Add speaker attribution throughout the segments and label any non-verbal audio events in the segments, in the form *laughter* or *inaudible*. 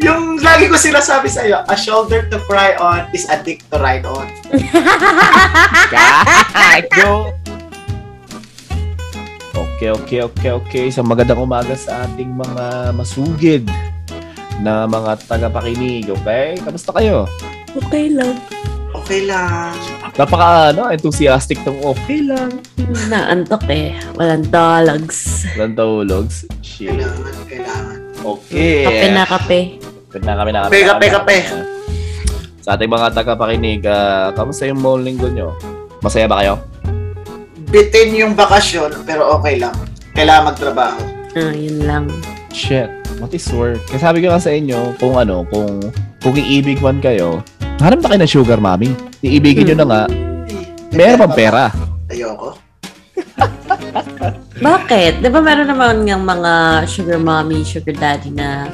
Speaker 1: Yung lagi ko sinasabi sa'yo, a shoulder to cry on is a dick to ride on.
Speaker 2: Gago! Okay, okay, okay, okay. Isang magandang umaga sa ating mga masugid na mga tagapakinig, okay? Kamusta kayo?
Speaker 3: Okay lang.
Speaker 1: Okay lang.
Speaker 2: Napaka, ano, enthusiastic tong okay lang.
Speaker 3: Naantok eh. Walang dollars.
Speaker 2: Walang tahulogs. Shit.
Speaker 1: Kailangan, kailangan.
Speaker 2: Okay.
Speaker 3: Kape na kape.
Speaker 2: Good na kami na kami.
Speaker 1: Kape, kape, kape.
Speaker 2: Sa ating mga tagapakinig, ah, kamusta yung mall linggo nyo? Masaya ba kayo?
Speaker 1: Bitin yung bakasyon, pero okay lang. Kailangan magtrabaho.
Speaker 3: Ah, yun lang.
Speaker 2: Shit, what is work? Kasi sabi ko nga sa inyo, kung ano, kung kung iibig man kayo, hanap na kayo ng sugar mommy. Iibigin nyo na nga, meron pang pera.
Speaker 1: Ayoko.
Speaker 3: Bakit? Di ba meron naman ng mga sugar mommy, sugar daddy na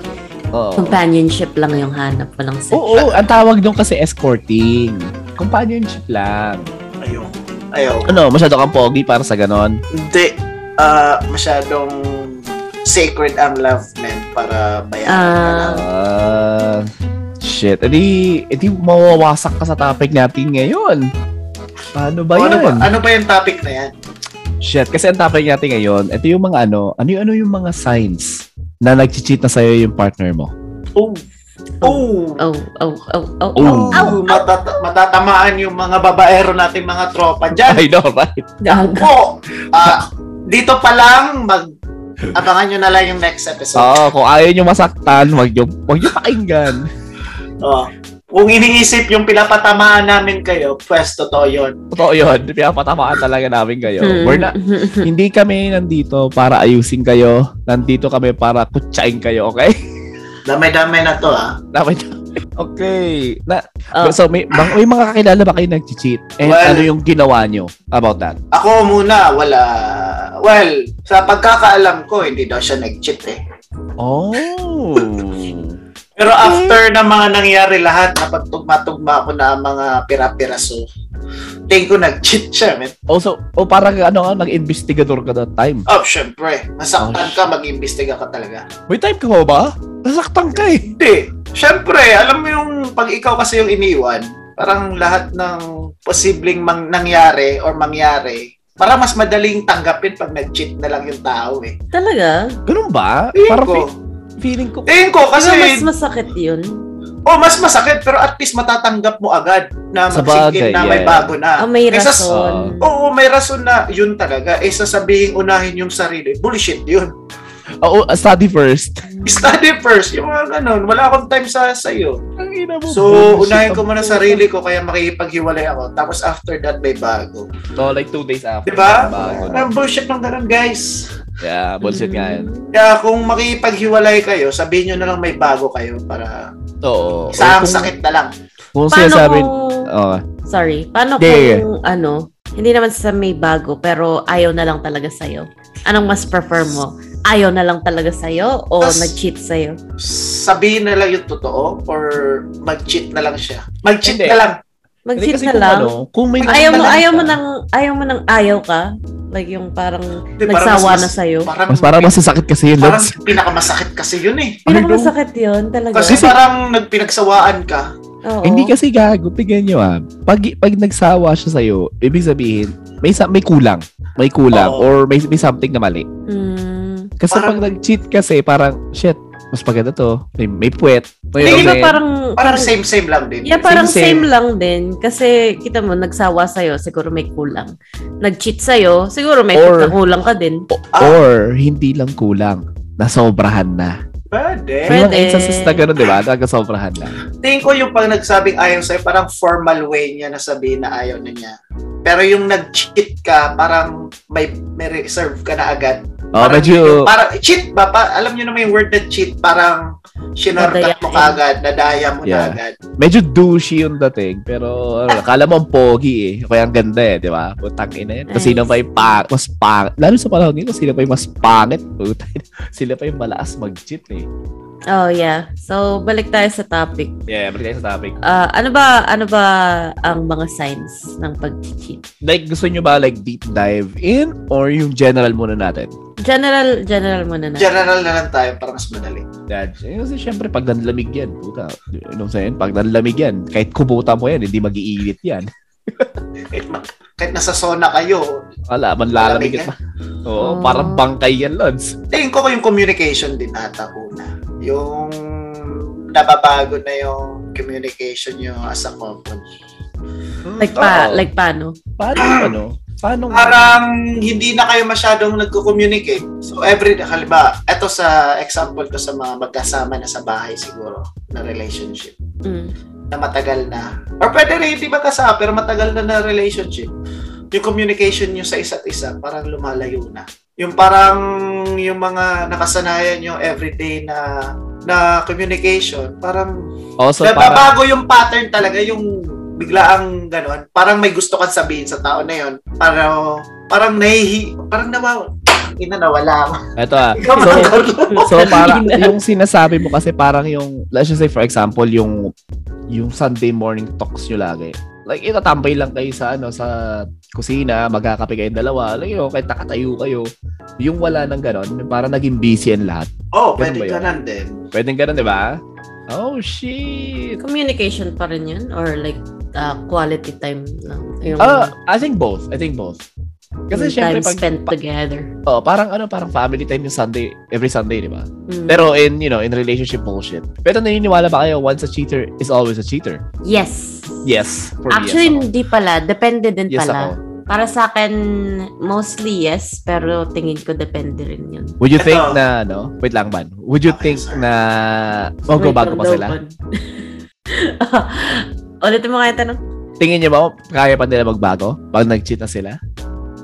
Speaker 2: Oo.
Speaker 3: companionship lang yung hanap, walang sex.
Speaker 2: Oo, ang tawag doon kasi escorting. Companionship lang.
Speaker 1: Ayoko. Ayoko.
Speaker 2: Ano, masyado kang pogi para sa ganon.
Speaker 1: Hindi. Ah, masyadong sacred ang love, man, para bayaran ka
Speaker 3: Ah.
Speaker 1: lang.
Speaker 2: Ah, shit. Edi, edi mawawasak ka sa topic natin ngayon. Paano ba
Speaker 1: ano, ba,
Speaker 2: Oh, yun?
Speaker 1: ano ba yung topic na yan?
Speaker 2: Shit, kasi ang topic natin ngayon, ito yung mga ano, ano yung, ano yung mga signs na nag-cheat na sa'yo yung partner mo?
Speaker 1: Oh. Oh.
Speaker 3: Oh, oh, oh, oh,
Speaker 2: Oh.
Speaker 3: oh. Ow!
Speaker 1: Oh, matata- matatamaan yung mga babaero natin mga tropa dyan.
Speaker 2: I know, right?
Speaker 3: Gago.
Speaker 1: Po! Ah, dito pa lang, mag... Abangan nyo na lang yung next episode.
Speaker 2: Oo, kung ayaw nyo masaktan, wag nyo, wag nyo pakinggan.
Speaker 1: Oh. Kung iniisip yung pinapatamaan namin kayo, pwes totoo yun.
Speaker 2: Totoo yun, pinapatamaan talaga namin kayo.
Speaker 3: Hmm.
Speaker 2: We're not, hindi kami nandito para ayusin kayo. Nandito kami para kutsain kayo, okay? *laughs*
Speaker 1: Damay-damay na to, ah.
Speaker 2: Dapat Okay. Na,
Speaker 3: *laughs* Oh.
Speaker 2: So, may, bang- may mga kakilala ba kayo nag-cheat? And
Speaker 1: Well-
Speaker 2: ano yung ginawa nyo about that?
Speaker 1: Ako muna, wala... Well, sa pagkakaalam ko, hindi daw siya nag-cheat eh.
Speaker 2: Oh.
Speaker 1: Pero after na mga nangyari lahat, napagtugma-tugma ako na mga pira-pira. So, tingin ko nag-cheat siya, man.
Speaker 2: Oh, so, oh, parang ano, ka, nag-investigador ka that time.
Speaker 1: Oh, syempre.
Speaker 2: Oh,
Speaker 1: Masaktan
Speaker 2: shit.
Speaker 1: ka, mag-imbestiga ka talaga.
Speaker 2: May time ka ba ba? Nasaktan ka eh.
Speaker 1: Hindi. Siyempre, alam mo yung pag ikaw kasi yung iniwan, parang lahat ng posibleng mang- nangyari or mangyari, para mas madaling tanggapin pag nag-cheat na lang yung tao eh.
Speaker 3: Talaga?
Speaker 2: Ganun ba?
Speaker 1: Tingin
Speaker 2: parang
Speaker 1: ko.
Speaker 2: fe- feeling ko.
Speaker 1: Tingin ko kasi,
Speaker 3: Kasi mas masakit yun.
Speaker 1: oh, mas masakit pero at least matatanggap mo agad na
Speaker 2: Sa bagay,
Speaker 1: magsigil na may
Speaker 2: yeah.
Speaker 1: bago na.
Speaker 3: Oh, may
Speaker 1: Kaysa-
Speaker 3: rason.
Speaker 2: Oh.
Speaker 1: Oo, may rason na yun talaga. Eh, sasabihin unahin yung sarili. Bullshit yun. *laughs*
Speaker 2: Oo, Oh, study first.
Speaker 1: Study first. Yung mga ganun. Wala akong time sa sa'yo.
Speaker 2: Ang ina mo.
Speaker 1: So, unahin ko muna sarili ko kaya makikipaghiwalay ako. Tapos after that, may bago.
Speaker 2: No, like two days after.
Speaker 1: Diba?
Speaker 2: Bago na.
Speaker 1: Parang bullshit ng ganun, guys.
Speaker 2: Yeah, bullshit nga yun.
Speaker 1: Kaya kung makipaghiwalay kayo, sabihin nyo na lang may bago kayo para
Speaker 2: Oo.
Speaker 1: sa ang
Speaker 2: Kung-
Speaker 1: sakit na lang.
Speaker 2: Kung Oh.
Speaker 3: Paano
Speaker 2: sinasabi...
Speaker 3: kung...
Speaker 2: Oo.
Speaker 3: Sorry. Paano
Speaker 2: Hindi.
Speaker 3: kung ano, hindi naman sa may bago, pero ayaw na lang talaga sa'yo? Anong mas prefer mo? Ayaw na lang talaga sa'yo o
Speaker 1: Tas-
Speaker 3: nag-cheat sa'yo?
Speaker 1: Sabihin na lang yung totoo or mag-cheat na lang siya. Mag-cheat
Speaker 2: Hindi.
Speaker 1: na lang.
Speaker 2: Hindi
Speaker 3: Mag-cheat
Speaker 2: kasi
Speaker 3: na
Speaker 2: kung
Speaker 3: lang?
Speaker 2: ano, kung may...
Speaker 3: ayaw mo,
Speaker 1: lang
Speaker 3: ayaw mo
Speaker 2: ka,
Speaker 3: nang, ayaw mo nang ayaw ka? Like yung parang
Speaker 1: Hindi, parang
Speaker 3: nagsawa
Speaker 1: mas-
Speaker 3: na sa'yo?
Speaker 1: Parang,
Speaker 2: Mas parang masasakit kasi yun.
Speaker 1: parang
Speaker 2: Lods.
Speaker 1: pinakamasakit kasi yun eh.
Speaker 3: Pinakamasakit yun talaga.
Speaker 1: Kasi
Speaker 2: Kasi-
Speaker 1: parang nagpinagsawaan ka.
Speaker 3: Oo.
Speaker 2: Hindi kasi gago, tignan nyo ah. Pag, pag nagsawa siya sa'yo, ibig sabihin, may, sa- may kulang. May kulang
Speaker 1: Oo.
Speaker 2: or may, may something na mali.
Speaker 3: Mm.
Speaker 2: Kasi
Speaker 1: Parang-
Speaker 2: pag nag-cheat kasi, parang, shit, mas maganda to. May, may puwet. May
Speaker 3: Hindi ba
Speaker 2: may-
Speaker 3: parang,
Speaker 1: Parang same-same lang din.
Speaker 3: Yeah, parang
Speaker 2: Same,
Speaker 3: same,
Speaker 2: same.
Speaker 3: lang din. Kasi, kita mo, nagsawa sa'yo, siguro may kulang. Nag-cheat sa'yo, siguro may
Speaker 2: Or-
Speaker 3: kulang ka din.
Speaker 1: Ah.
Speaker 2: Or, hindi lang kulang. Nasobrahan na.
Speaker 1: Pwede.
Speaker 3: Eh, Pwede.
Speaker 2: May mga instances na gano'n, di ba? Nagkasobrahan na.
Speaker 1: Tingin ko yung pag nagsabing ayaw sa'yo, parang formal way niya na sabihin na ayaw na niya. Pero yung nag-cheat ka, parang may, may reserve ka na agad.
Speaker 2: Oh,
Speaker 1: Parang
Speaker 2: medyo,
Speaker 1: yun, parang cheat ba? Pa, alam niyo naman yung word na cheat, parang
Speaker 3: Nadaya
Speaker 1: sinorkat mo
Speaker 3: ka.
Speaker 1: kaagad, nadaya mo na
Speaker 2: Yeah.
Speaker 1: agad.
Speaker 2: medyo douchey yung dating. Pero,
Speaker 3: Ah.
Speaker 2: ano, kala mo ang pogi eh. Kaya ang ganda eh, di ba? Putang ina yan. Kasi sino
Speaker 3: Nice.
Speaker 2: pa yung pa- mas *laughs* pangit. Lalo sa panahon nito, sino pa yung mas pangit? Putang ina. Sila pa yung malaas mag-cheat eh.
Speaker 3: Oh, yeah. So, balik tayo sa topic.
Speaker 2: Yeah, balik tayo sa topic.
Speaker 3: Ah, ano ba ano ba ang mga signs ng pag-cheat?
Speaker 2: Like, gusto nyo ba like deep dive in or yung general muna natin?
Speaker 3: General general muna na.
Speaker 1: General na lang tayo para mas madali.
Speaker 2: Dad, eh, kasi syempre pag nanlamig yan, puta, you know what I'm saying? Pag nanlamig yan, kahit kubuta mo yan, hindi mag-iinit yan.
Speaker 1: Kahit, ma- kahit nasa sauna kayo,
Speaker 2: Wala, manlalamig
Speaker 1: Lalamig
Speaker 2: at
Speaker 3: Oh.
Speaker 2: Oo, parang bangkay yan, Lods.
Speaker 1: tingin ko ko yung communication din ata una. Yung nababago na yung communication nyo as a company.
Speaker 3: Like pa,
Speaker 2: Oo.
Speaker 3: like paano?
Speaker 2: Paano, ano? Paano?
Speaker 1: Parang hindi na kayo masyadong nagko-communicate. So every, halimbawa, eto sa example ko sa mga magkasama na sa bahay siguro na relationship.
Speaker 3: Mm.
Speaker 1: na matagal na. Or pwede rin hindi magkasama pero matagal na na relationship. Yung communication nyo sa isa't isa parang lumalayo na. Yung parang yung mga nakasanayan yung everyday na na communication, parang
Speaker 2: also, parang,
Speaker 1: nababago yung pattern talaga yung biglaang ganon. Parang may gusto kang sabihin sa tao na yon. Parang parang nahihi, parang nawaw. Ina nawala
Speaker 2: *laughs*
Speaker 1: ako.
Speaker 2: eto ah.
Speaker 1: Ikaw
Speaker 2: So,
Speaker 1: man, Carlo.
Speaker 2: so para
Speaker 3: Kanina.
Speaker 2: yung sinasabi mo kasi parang yung let's just say for example yung yung Sunday morning talks nyo lagi. Like itatambay lang kayo sa ano sa kusina, magkakape kayong dalawa, like you know, kahit nakatayo kayo. Yung wala nang ganon, yung parang naging busy ang lahat.
Speaker 1: Oh,
Speaker 2: Ganun
Speaker 1: pwede
Speaker 2: ba yun?
Speaker 1: ganon din.
Speaker 2: Pwedeng ganon, di ba? Oh shit.
Speaker 3: Communication pa rin 'yun or like ah, quality time lang. Yung
Speaker 2: Ah, I think both. I think both. Kasi
Speaker 3: yung
Speaker 2: syempre
Speaker 3: time
Speaker 2: pag
Speaker 3: spent
Speaker 2: pa-
Speaker 3: together.
Speaker 2: oh, parang ano, parang family time yung Sunday, every Sunday, di ba?
Speaker 3: Mm.
Speaker 2: Pero in, you know, in relationship bullshit. Pero naniniwala ba kayo once a cheater is always a cheater?
Speaker 3: yes.
Speaker 2: Yes. For me,
Speaker 3: Actually,
Speaker 2: yes ako.
Speaker 3: hindi pala. Depende din
Speaker 2: Yes
Speaker 3: pala.
Speaker 2: ako.
Speaker 3: Para sa akin, mostly yes, pero tingin ko depende rin yun.
Speaker 2: Would you think
Speaker 1: Ito.
Speaker 2: na, no? Wait lang, Ban. Would you
Speaker 1: Okay,
Speaker 2: think
Speaker 1: sir.
Speaker 2: na, oh, go
Speaker 3: Wait,
Speaker 2: bago pa
Speaker 3: ang
Speaker 2: sila?
Speaker 3: laban. *laughs* Ulitin mo kaya yung tanong?
Speaker 2: Tingin niyo ba, kaya pa nila magbago? Pag nag-cheat na sila?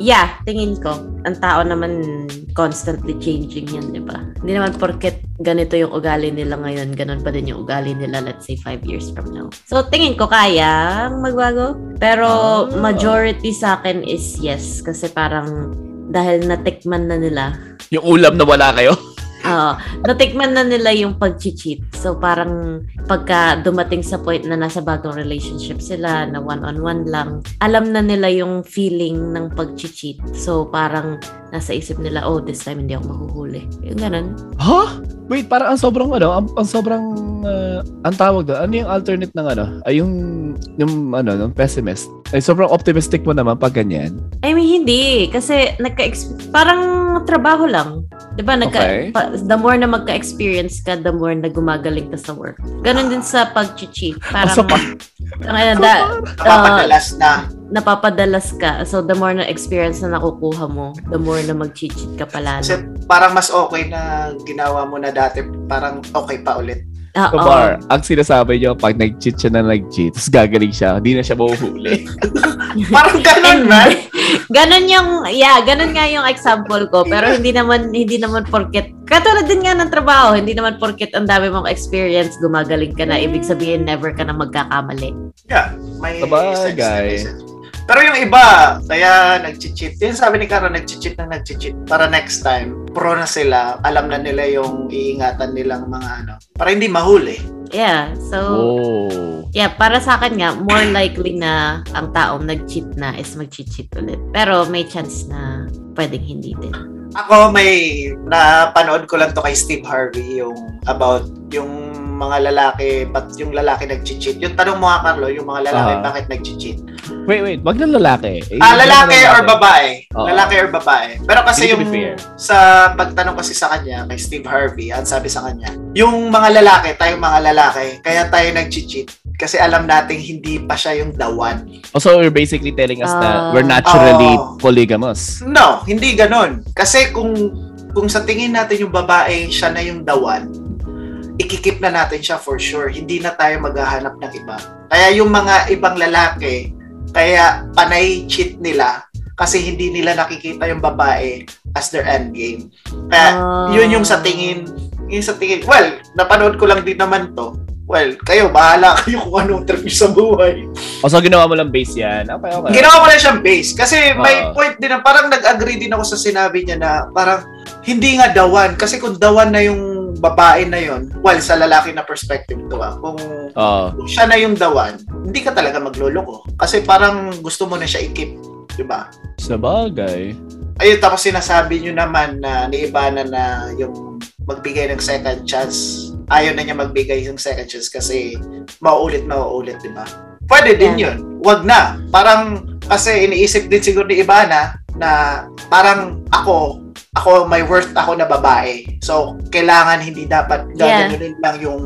Speaker 3: Yeah, tingin ko. Ang tao naman constantly changing yan, di ba? Hindi naman porket ganito yung ugali nila ngayon, ganun pa din yung ugali nila, let's say, five years from now. So, tingin ko kaya magbago. Pero
Speaker 2: Ah.
Speaker 3: majority sa akin is yes. Kasi parang dahil natikman na nila,
Speaker 2: Yung ulam na wala kayo?
Speaker 3: Oo. Ah, natikman na nila yung pag-cheat. So, parang pagka dumating sa point na nasa bagong relationship sila, na one-on-one lang, alam na nila yung feeling ng pag-cheat. So, parang nasa isip nila, oh, this time hindi ako mahuhuli. Yung ganun.
Speaker 2: Huh? Wait, parang ang sobrang ano, ang, ang sobrang ah, ang tawag doon. Ano yung alternate ng ano? Ay yung yung ano, yung pessimist. Ay sobrang optimistic mo naman pag ganyan.
Speaker 3: I mean, hindi. Kasi nagka parang trabaho lang. 'Di ba? Nagka-
Speaker 2: Okay.
Speaker 3: pa- the more na magka-experience ka, the more na gumagaling ka sa work. Ganun din sa pag-cheat. Parang,
Speaker 2: so pa-
Speaker 3: ang ano, da-
Speaker 2: Ah.
Speaker 1: Napapadalas na.
Speaker 3: napapadalas ka. So, the more na experience na nakukuha mo, the more na mag-cheat ka pala.
Speaker 1: Kasi parang mas okay na ginawa mo na dati, parang okay pa ulit.
Speaker 3: Ah, Oo.
Speaker 2: Kabar, ang sinasabi niyo, pag nag-cheat siya na nag-cheat, tapos gagaling siya, hindi na siya
Speaker 1: *laughs*
Speaker 2: mahuhuli.
Speaker 1: Parang
Speaker 2: *laughs*
Speaker 1: ganun, man.
Speaker 3: *laughs* Ganon yung, yeah, ganon nga yung example ko. Pero hindi naman, hindi naman porket, katulad din nga ng trabaho, hindi naman porket ang dami mong experience, gumagaling ka na. Ibig sabihin, never ka na magkakamali.
Speaker 1: Yeah, may
Speaker 2: Sabagay.
Speaker 1: sense na may sense. Pero yung iba, kaya nag-cheat. Yun sabi ni Karo, nag-cheat na nag-cheat. Para next time, pro na sila. Alam na nila yung iingatan nilang mga ano. Para hindi mahuli.
Speaker 3: Yeah, so,
Speaker 2: Oh.
Speaker 3: yeah, para sa akin nga, more likely na ang taong nag-cheat na is mag-cheat ulit. Pero may chance na pwedeng hindi din.
Speaker 1: Ako may napanood ko lang to kay Steve Harvey yung about yung mga lalaki, ba't yung lalaki nag-cheat? Yung tanong mo nga, Carlo, yung mga lalaki,
Speaker 2: Ah.
Speaker 1: bakit nag-cheat?
Speaker 2: Wait, wait, wag ng lalaki. Eh,
Speaker 1: Ah,
Speaker 2: wag ng
Speaker 1: lalaki or babae?
Speaker 2: Oo.
Speaker 1: Lalaki or babae? Pero kasi
Speaker 2: Hindi to
Speaker 1: yung
Speaker 2: be fair.
Speaker 1: sa pagtanong kasi sa kanya kay Steve Harvey, ang sabi sa kanya, yung mga lalaki, tayong mga lalaki, kaya tayo nag-cheat kasi alam nating hindi pa siya yung the one.
Speaker 2: Oh, so you're basically telling us
Speaker 3: Ah.
Speaker 2: na we're naturally
Speaker 1: Oh.
Speaker 2: polygamous.
Speaker 1: No, hindi ganun. Kasi kung kung sa tingin natin yung babae, siya na yung the one, ikikip na natin siya for sure. Hindi na tayo maghahanap ng iba. Kaya yung mga ibang lalaki, kaya panay cheat nila kasi hindi nila nakikita yung babae as their end game. Kaya
Speaker 3: Oh.
Speaker 1: yun yung sa tingin, yun sa tingin, well, napanood ko lang din naman to. Well, kayo, bahala kayo kung anong trip niyo sa buhay.
Speaker 2: Oh, so ginawa mo lang base yan. Okay, okay.
Speaker 1: Ginawa ko lang siyang base. Kasi may
Speaker 2: Oo.
Speaker 1: point din na parang nag-agree din ako sa sinabi niya na parang hindi nga dawan. Kasi kung dawan na yung babae na yon, well, sa lalaki na perspective to ah, kung,
Speaker 2: Oo.
Speaker 1: kung siya na yung dawan, hindi ka talaga magloloko. Kasi parang gusto mo na siya i-keep, di ba?
Speaker 2: Sa bagay.
Speaker 1: Ayun, tapos sinasabi nyo naman na ni Ivana na yung magbigay ng second chance, ayaw na niya magbigay ng second chance kasi mauulit, mauulit, di ba? Pwede din
Speaker 3: Yeah.
Speaker 1: yun. Wag na. Parang, kasi iniisip din siguro ni Ivana na parang ako, ako may worth ako na babae. So, kailangan hindi dapat
Speaker 3: Yeah.
Speaker 1: gagawin lang yung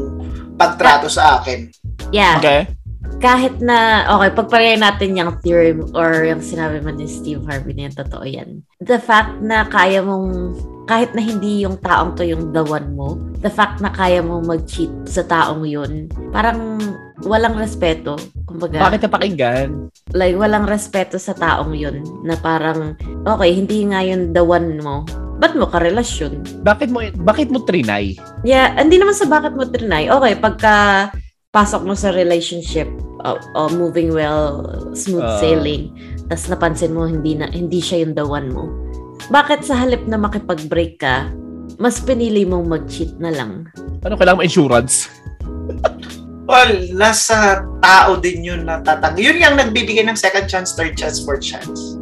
Speaker 1: pagtrato sa akin.
Speaker 3: Yeah.
Speaker 2: Okay.
Speaker 3: kahit na, okay, pagpalagay natin yung theory mo- or yung sinabi mo ni Steve Harvey na yun, totoo yan. The fact na kaya mong, kahit na hindi yung taong to yung the one mo, the fact na kaya mong mag-cheat sa taong yun, parang walang respeto. Kumbaga,
Speaker 2: Bakit napakinggan?
Speaker 3: like, walang respeto sa taong yun. Na parang, okay, hindi nga yun the one mo. Ba't mo karelasyon?
Speaker 2: Bakit mo, bakit mo trinay?
Speaker 3: Yeah, hindi naman sa bakit mo trinay. Okay, pagka pasok mo sa relationship, uh, uh, moving well, smooth
Speaker 2: Ah.
Speaker 3: sailing, tas napansin mo hindi na hindi siya yung the one mo. Bakit sa halip na makipag-break ka, mas pinili mong mag-cheat na lang?
Speaker 2: Ano kailangan mo insurance?
Speaker 1: Well, nasa tao din yun natatang. Yun yung nagbibigay ng second chance, third chance, fourth chance.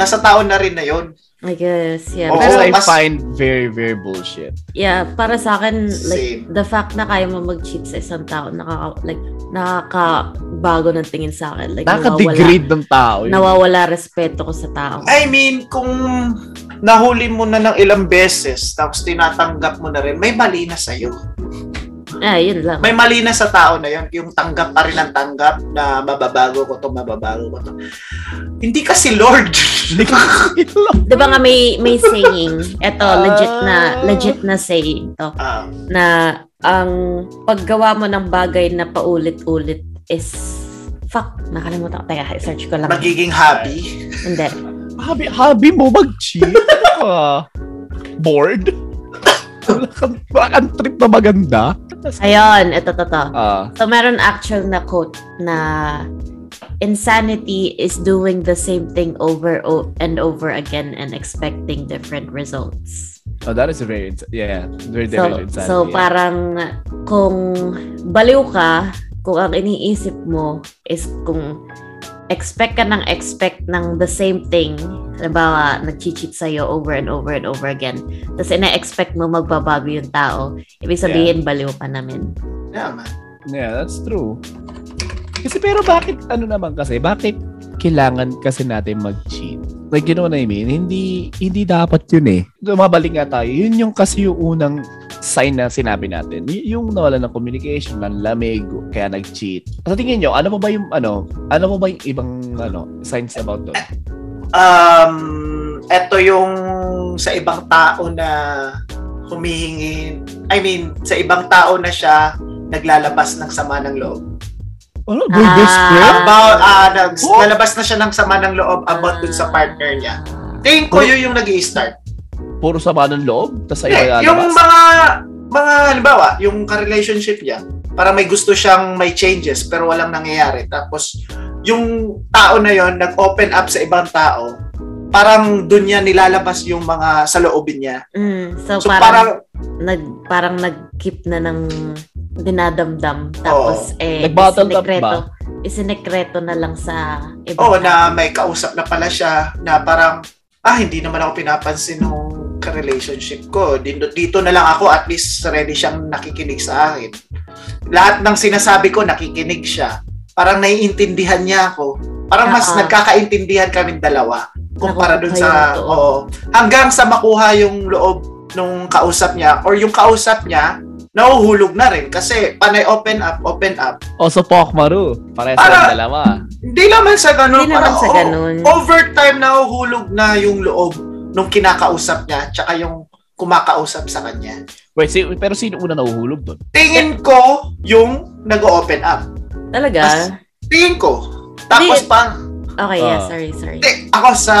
Speaker 1: Nasa tao na rin na yun.
Speaker 3: I guess, yeah.
Speaker 1: Oo.
Speaker 2: Which
Speaker 3: Pero,
Speaker 2: I
Speaker 1: mas-
Speaker 2: find very, very bullshit.
Speaker 3: yeah, para sa akin, Mm, like,
Speaker 1: Same.
Speaker 3: the fact na kaya mo mag-cheat sa isang tao, nakaka, like, nakakabago ng tingin sa akin. Like, nawawala,
Speaker 2: Nakaka-degrade ng tao. Yun.
Speaker 3: nawawala respeto ko sa tao.
Speaker 1: I mean, kung nahuli mo na ng ilang beses, tapos tinatanggap mo na rin, may mali na sa'yo.
Speaker 3: Ah, yun lang.
Speaker 1: May mali na sa tao na yun, yung tanggap pa rin ang tanggap na mababago ko to, mababago ko to. Hindi ka si Lord.
Speaker 2: *laughs*
Speaker 1: *laughs*
Speaker 2: Hindi ko kilo.
Speaker 3: Di ba nga may, may saying, eto,
Speaker 2: Ah.
Speaker 3: legit na, legit na saying to,
Speaker 1: Ah,
Speaker 3: na ang paggawa mo ng bagay na paulit-ulit is, fuck, nakalimutan ko. Teka, search ko lang.
Speaker 1: magiging happy.
Speaker 3: Hindi.
Speaker 2: Habi, habi mo mag-cheat? *laughs* Ah, *laughs* bored? wala, kang, wala kang trip na maganda?
Speaker 3: Ayun, eto, to, to.
Speaker 2: Ah,
Speaker 3: So, meron actual na quote na, insanity is doing the same thing over o- and over again and expecting different results.
Speaker 2: oh, that is very, ins- yeah, very
Speaker 3: So,
Speaker 2: different.
Speaker 3: so parang kung baliw ka, kung ang iniisip mo is kung expect ka ng expect ng the same thing, halimbawa, nag-cheat sa'yo over and over and over again, tapos ina-expect mo magbabago yung tao, ibig sabihin, baliw ka namin.
Speaker 1: Yeah, man.
Speaker 2: Yeah, that's true. Kasi pero bakit, ano naman kasi, bakit kailangan kasi natin mag-cheat? Like, you know what I mean? Hindi, hindi dapat yun eh. Dumabalik nga tayo. Yun yung kasi yung unang sign na sinabi natin. Y- yung nawala ng communication, ng lamig, kaya nag-cheat. Sa tingin nyo, ano pa ba yung, ano, ano pa ba yung ibang, ano, signs about doon?
Speaker 1: um, eto yung sa ibang tao na humihingi, I mean, sa ibang tao na siya naglalabas ng sama ng loob.
Speaker 2: Ano,
Speaker 3: boy, best friend? Ah.
Speaker 1: About, ah, nag,
Speaker 2: Oh.
Speaker 1: nalabas na siya ng sama ng loob about dun
Speaker 3: Ah.
Speaker 1: sa partner niya. Tingin ko yun yung nag start
Speaker 2: Puro sama ng loob, tas sa
Speaker 1: Eh,
Speaker 2: iba
Speaker 1: yung
Speaker 2: lalabas.
Speaker 1: mga, mga, halimbawa, yung ka-relationship niya, para may gusto siyang may changes pero walang nangyayari. Tapos, yung tao na yon nag-open up sa ibang tao, parang dun niya nilalabas yung mga sa loobin niya.
Speaker 3: Mm,
Speaker 1: So,
Speaker 3: so, parang,
Speaker 1: parang,
Speaker 3: nag, parang nag-keep na ng dinadamdam. Tapos, eh,
Speaker 2: Nag-bottled up
Speaker 3: isinekreto. Isinekreto na lang sa iba.
Speaker 1: oh, na may kausap na pala siya na parang, ah, hindi naman ako pinapansin nung ka-relationship ko. Dito, dito na lang ako, at least ready siyang nakikinig sa akin. Lahat ng sinasabi ko, nakikinig siya. Parang naiintindihan niya ako. Parang mas
Speaker 3: Oo.
Speaker 1: nagkakaintindihan kaming dalawa kumpara dun sa,
Speaker 3: Nakuha kayo,
Speaker 1: oo. Hanggang sa makuha yung loob nung kausap niya or yung kausap niya, nauhulog na rin kasi panay open up, open up.
Speaker 2: O, so Pokmaru. Parehas
Speaker 1: Para-
Speaker 2: lang dalawa.
Speaker 1: Hindi naman sa ganun.
Speaker 3: Hindi naman
Speaker 1: parang, oh,
Speaker 3: sa
Speaker 1: oo,
Speaker 3: ganun.
Speaker 1: overtime na hulog na yung loob nung kinakausap niya tsaka yung kumakausap sa kanya.
Speaker 2: Wait, si, pero sino una nahuhulog doon?
Speaker 1: Tingin ko yung nag-open up.
Speaker 3: Talaga?
Speaker 1: Mas- Tingin ko. Tapos
Speaker 3: Hindi.
Speaker 1: pa,
Speaker 3: Okay, yeah,
Speaker 2: Ah.
Speaker 3: sorry, sorry.
Speaker 1: ti- ako sa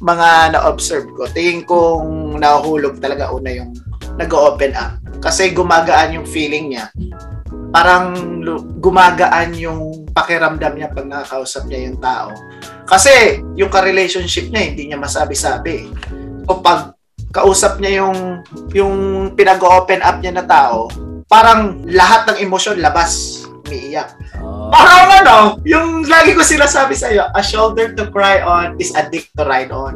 Speaker 1: mga na-observe ko, tingin kong nahuhulog talaga una yung nag-open up. Kasi gumagaan yung feeling niya. Parang lu- gumagaan yung pakiramdam niya pag nakakausap niya yung tao. Kasi yung ka-relationship niya, hindi niya masabi-sabi. So pag kausap niya yung yung pinag-open up niya na tao, parang lahat ng emosyon labas, umiiyak.
Speaker 2: Ah,
Speaker 1: Parang ano, yung lagi ko sinasabi sa iyo, a shoulder to cry on is a dick to ride on.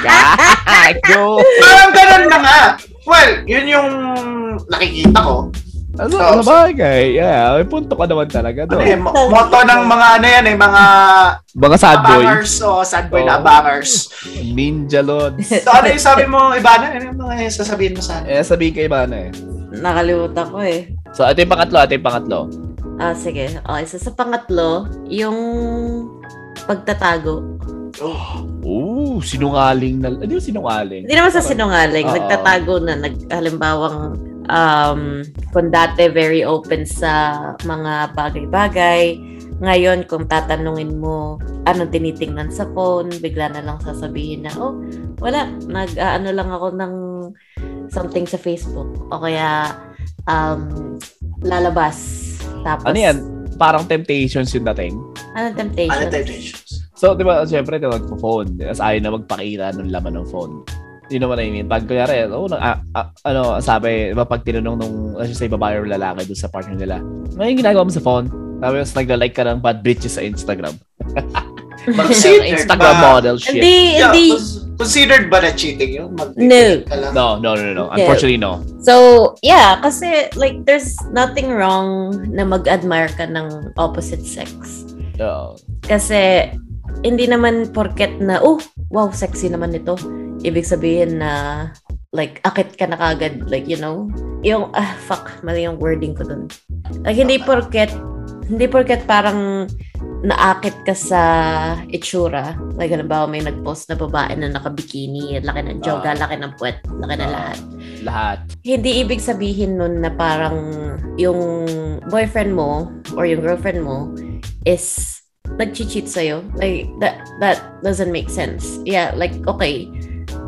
Speaker 2: gago.
Speaker 1: Parang ganun na nga. Well, yun yung nakikita ko.
Speaker 2: Ano, ano ba, guy? Yeah, may punto ka naman talaga
Speaker 1: Ano
Speaker 2: doon.
Speaker 1: eh, mo- motto ng mga ano yan eh, mga
Speaker 2: Mga sad boy.
Speaker 1: abangers o sad boy na
Speaker 3: *laughs*
Speaker 2: Oo.
Speaker 1: abangers.
Speaker 2: Ninja Lords.
Speaker 1: So ano yung sabi mo, Ivana? Ano yung mga sasabihin mo sa akin?
Speaker 2: Eh, sabihin kay Ivana eh.
Speaker 3: Nakalimutan ko eh.
Speaker 2: So, ito yung pangatlo, ito yung pangatlo.
Speaker 3: Ah, sige. Oh, isa sa pangatlo, yung pagtatago.
Speaker 1: Oh,
Speaker 2: Oo, sinungaling na. Hindi mo sinungaling.
Speaker 3: Hindi naman sa sinungaling.
Speaker 2: Oo.
Speaker 3: Nagtatago na. Nag, halimbawang, um, kung dati very open sa mga bagay-bagay, ngayon kung tatanungin mo anong tinitingnan sa phone, bigla na lang sasabihin na, oh, wala, nag-ano lang ako ng something sa Facebook. O kaya, um, lalabas. Tapos,
Speaker 2: Ano yan? Parang temptations yung dating.
Speaker 3: Ano temptation?
Speaker 1: ano temptations?
Speaker 2: So, di ba, syempre, di ba, phone. As ayaw na magpakita ng laman ng phone. You know what I mean? Pag kunyari, oh, nang, ah, ah, ano, sabi, di ba, pag tinanong nung, let's just say, babae or lalaki doon sa partner nila, ano yung ginagawa mo sa phone? Tapos, nagla-like ka ng bad bitches sa Instagram.
Speaker 1: Considered
Speaker 2: Instagram
Speaker 1: ba-
Speaker 2: model
Speaker 3: diba?
Speaker 2: shit.
Speaker 3: Hindi,
Speaker 1: Yeah,
Speaker 3: hindi.
Speaker 1: cons- considered ba na cheating yun? Mag-
Speaker 3: No.
Speaker 1: ka lang.
Speaker 2: No, no, no, no. no.
Speaker 3: Hindi.
Speaker 2: Unfortunately, no.
Speaker 3: So, yeah, kasi like there's nothing wrong na mag-admire ka ng opposite sex.
Speaker 2: no.
Speaker 3: Kasi hindi naman porket na, oh, wow, sexy naman nito. Ibig sabihin na like akit ka na kagad, like you know, yung ah fuck, mali yung wording ko dun. Like hindi porket hindi porket parang naakit ka sa itsura. Like, halimbawa, may nag-post na babae na nakabikini, laki ng joga,
Speaker 2: Ah.
Speaker 3: laki ng puwet, laki ng
Speaker 2: Ah.
Speaker 3: lahat
Speaker 2: Lahat.
Speaker 3: hindi ibig sabihin nun na parang yung boyfriend mo or yung girlfriend mo is nag-cheat sa'yo. Like, that, that doesn't make sense. Yeah, like, okay,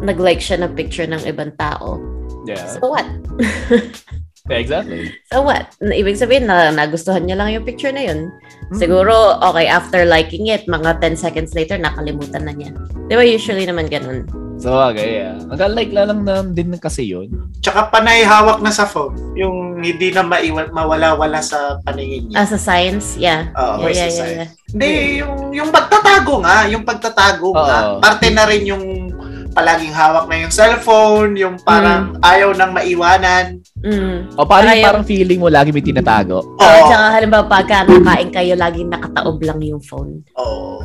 Speaker 3: nag-like siya ng picture ng ibang tao.
Speaker 2: Yeah.
Speaker 3: So what? *laughs*
Speaker 2: Yeah, exactly.
Speaker 3: So what? Na- Ibig sabihin na nagustuhan niya lang yung picture na yun.
Speaker 2: Hmm.
Speaker 3: Hmm. Siguro, okay, after liking it, mga 10 seconds later, nakalimutan na niya. Di ba usually naman ganun?
Speaker 2: So, okay, yeah. Ang like na lang na din kasi yun.
Speaker 1: Tsaka panay hawak na sa phone. Yung hindi na maiwan, mawala-wala sa paningin niya.
Speaker 3: Ah, sa science? Yeah.
Speaker 1: Oo,
Speaker 3: Ah, yeah, yeah,
Speaker 1: sa
Speaker 3: yeah,
Speaker 1: side.
Speaker 3: yeah.
Speaker 1: Hindi, yung, yung pagtatago nga, yung pagtatago
Speaker 2: Oo.
Speaker 1: nga, parte na rin yung palaging hawak na yung cellphone, yung parang ayaw nang maiwanan.
Speaker 3: Mm.
Speaker 2: O, parang,
Speaker 3: Kaya-
Speaker 2: parang feeling mo lagi may tinatago.
Speaker 1: Oo.
Speaker 3: Oh, tsaka halimbawa pagka nakain kayo, laging nakataob lang yung phone.
Speaker 1: Oo.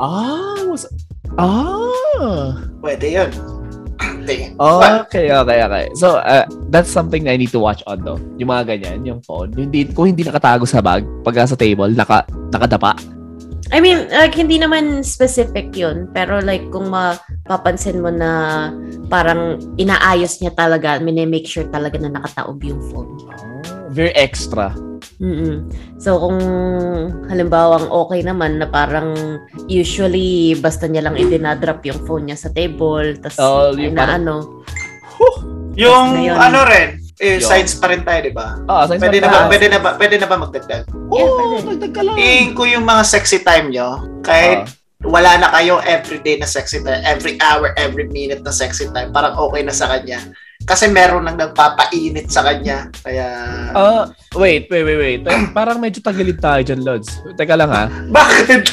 Speaker 2: Ah, was... Ah!
Speaker 1: Pwede yun. *clears throat* Tingin. But,
Speaker 2: Okay, okay, okay. So, uh, that's something I need to watch on, though. Yung mga ganyan, yung phone. Yung Hindi, kung hindi nakatago sa bag, pag sa table, naka, nakadapa.
Speaker 3: I mean, like, hindi naman specific yun. Pero like, kung mapapansin mo na parang inaayos niya talaga, minimake sure talaga na nakataob yung phone.
Speaker 1: Oh.
Speaker 2: Very extra.
Speaker 3: mm So, kung halimbawang okay naman na parang usually basta niya lang idinadrop yung phone niya sa table, tas
Speaker 2: Oh,
Speaker 3: ay
Speaker 2: yung
Speaker 3: na
Speaker 2: parang-
Speaker 3: ano.
Speaker 1: yung
Speaker 3: Yun.
Speaker 1: ano rin, eh,
Speaker 2: Yun.
Speaker 1: signs pa rin tayo, di ba?
Speaker 2: Ah, sa
Speaker 1: Pwede na ba, pwede na ba, pwede na ba magdagdag?
Speaker 3: Yeah,
Speaker 2: Oh,
Speaker 3: pwede.
Speaker 2: dagdag ka lang.
Speaker 1: Hmm. Tingin ko yung mga sexy time nyo, kahit wala na kayo everyday na sexy time, every hour, every minute na sexy time, parang okay na sa kanya. Kasi meron nang nagpapainit sa kanya. Kaya,
Speaker 2: Ah, wait, wait, wait, wait. Parang- Parang medyo tagilid tayo dyan, Lods. Teka lang, ha?
Speaker 1: bakit?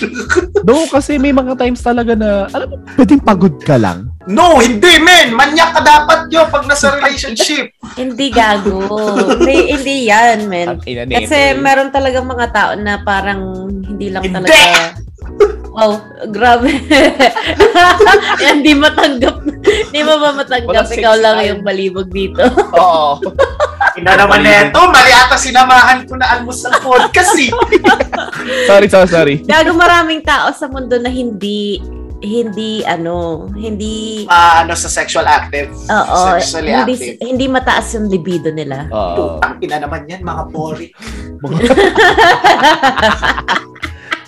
Speaker 2: No, kasi may mga times talaga na, alam mo, pwedeng pagod ka lang.
Speaker 1: no, hindi, men! Manyak ka dapat yun pag nasa relationship.
Speaker 3: Hindi gago.
Speaker 2: *laughs*
Speaker 3: hindi, hindi yan, men.
Speaker 2: Ang ina ni
Speaker 3: Kasi
Speaker 2: April.
Speaker 3: meron talagang mga tao na parang hindi lang
Speaker 1: Hindi!
Speaker 3: talaga...
Speaker 1: *laughs*
Speaker 3: Wow, grabe. *laughs* hindi matanggap. Hindi mo ba matanggap?
Speaker 2: Walang
Speaker 3: Ikaw
Speaker 2: six
Speaker 3: lang
Speaker 2: time.
Speaker 3: yung balibog dito. *laughs*
Speaker 2: Oo.
Speaker 1: *laughs* Ina naman neto, mali ata sinamahan ko na almusal podcast eh.
Speaker 2: sorry, sorry, sorry.
Speaker 3: Gago maraming tao sa mundo na hindi hindi ano, hindi
Speaker 1: *laughs* Ah, ano sa sexual active.
Speaker 3: oo,
Speaker 1: sexually
Speaker 3: hindi,
Speaker 1: active.
Speaker 3: hindi mataas yung libido nila.
Speaker 2: Oo.
Speaker 1: Putang ina naman yan, mga boring.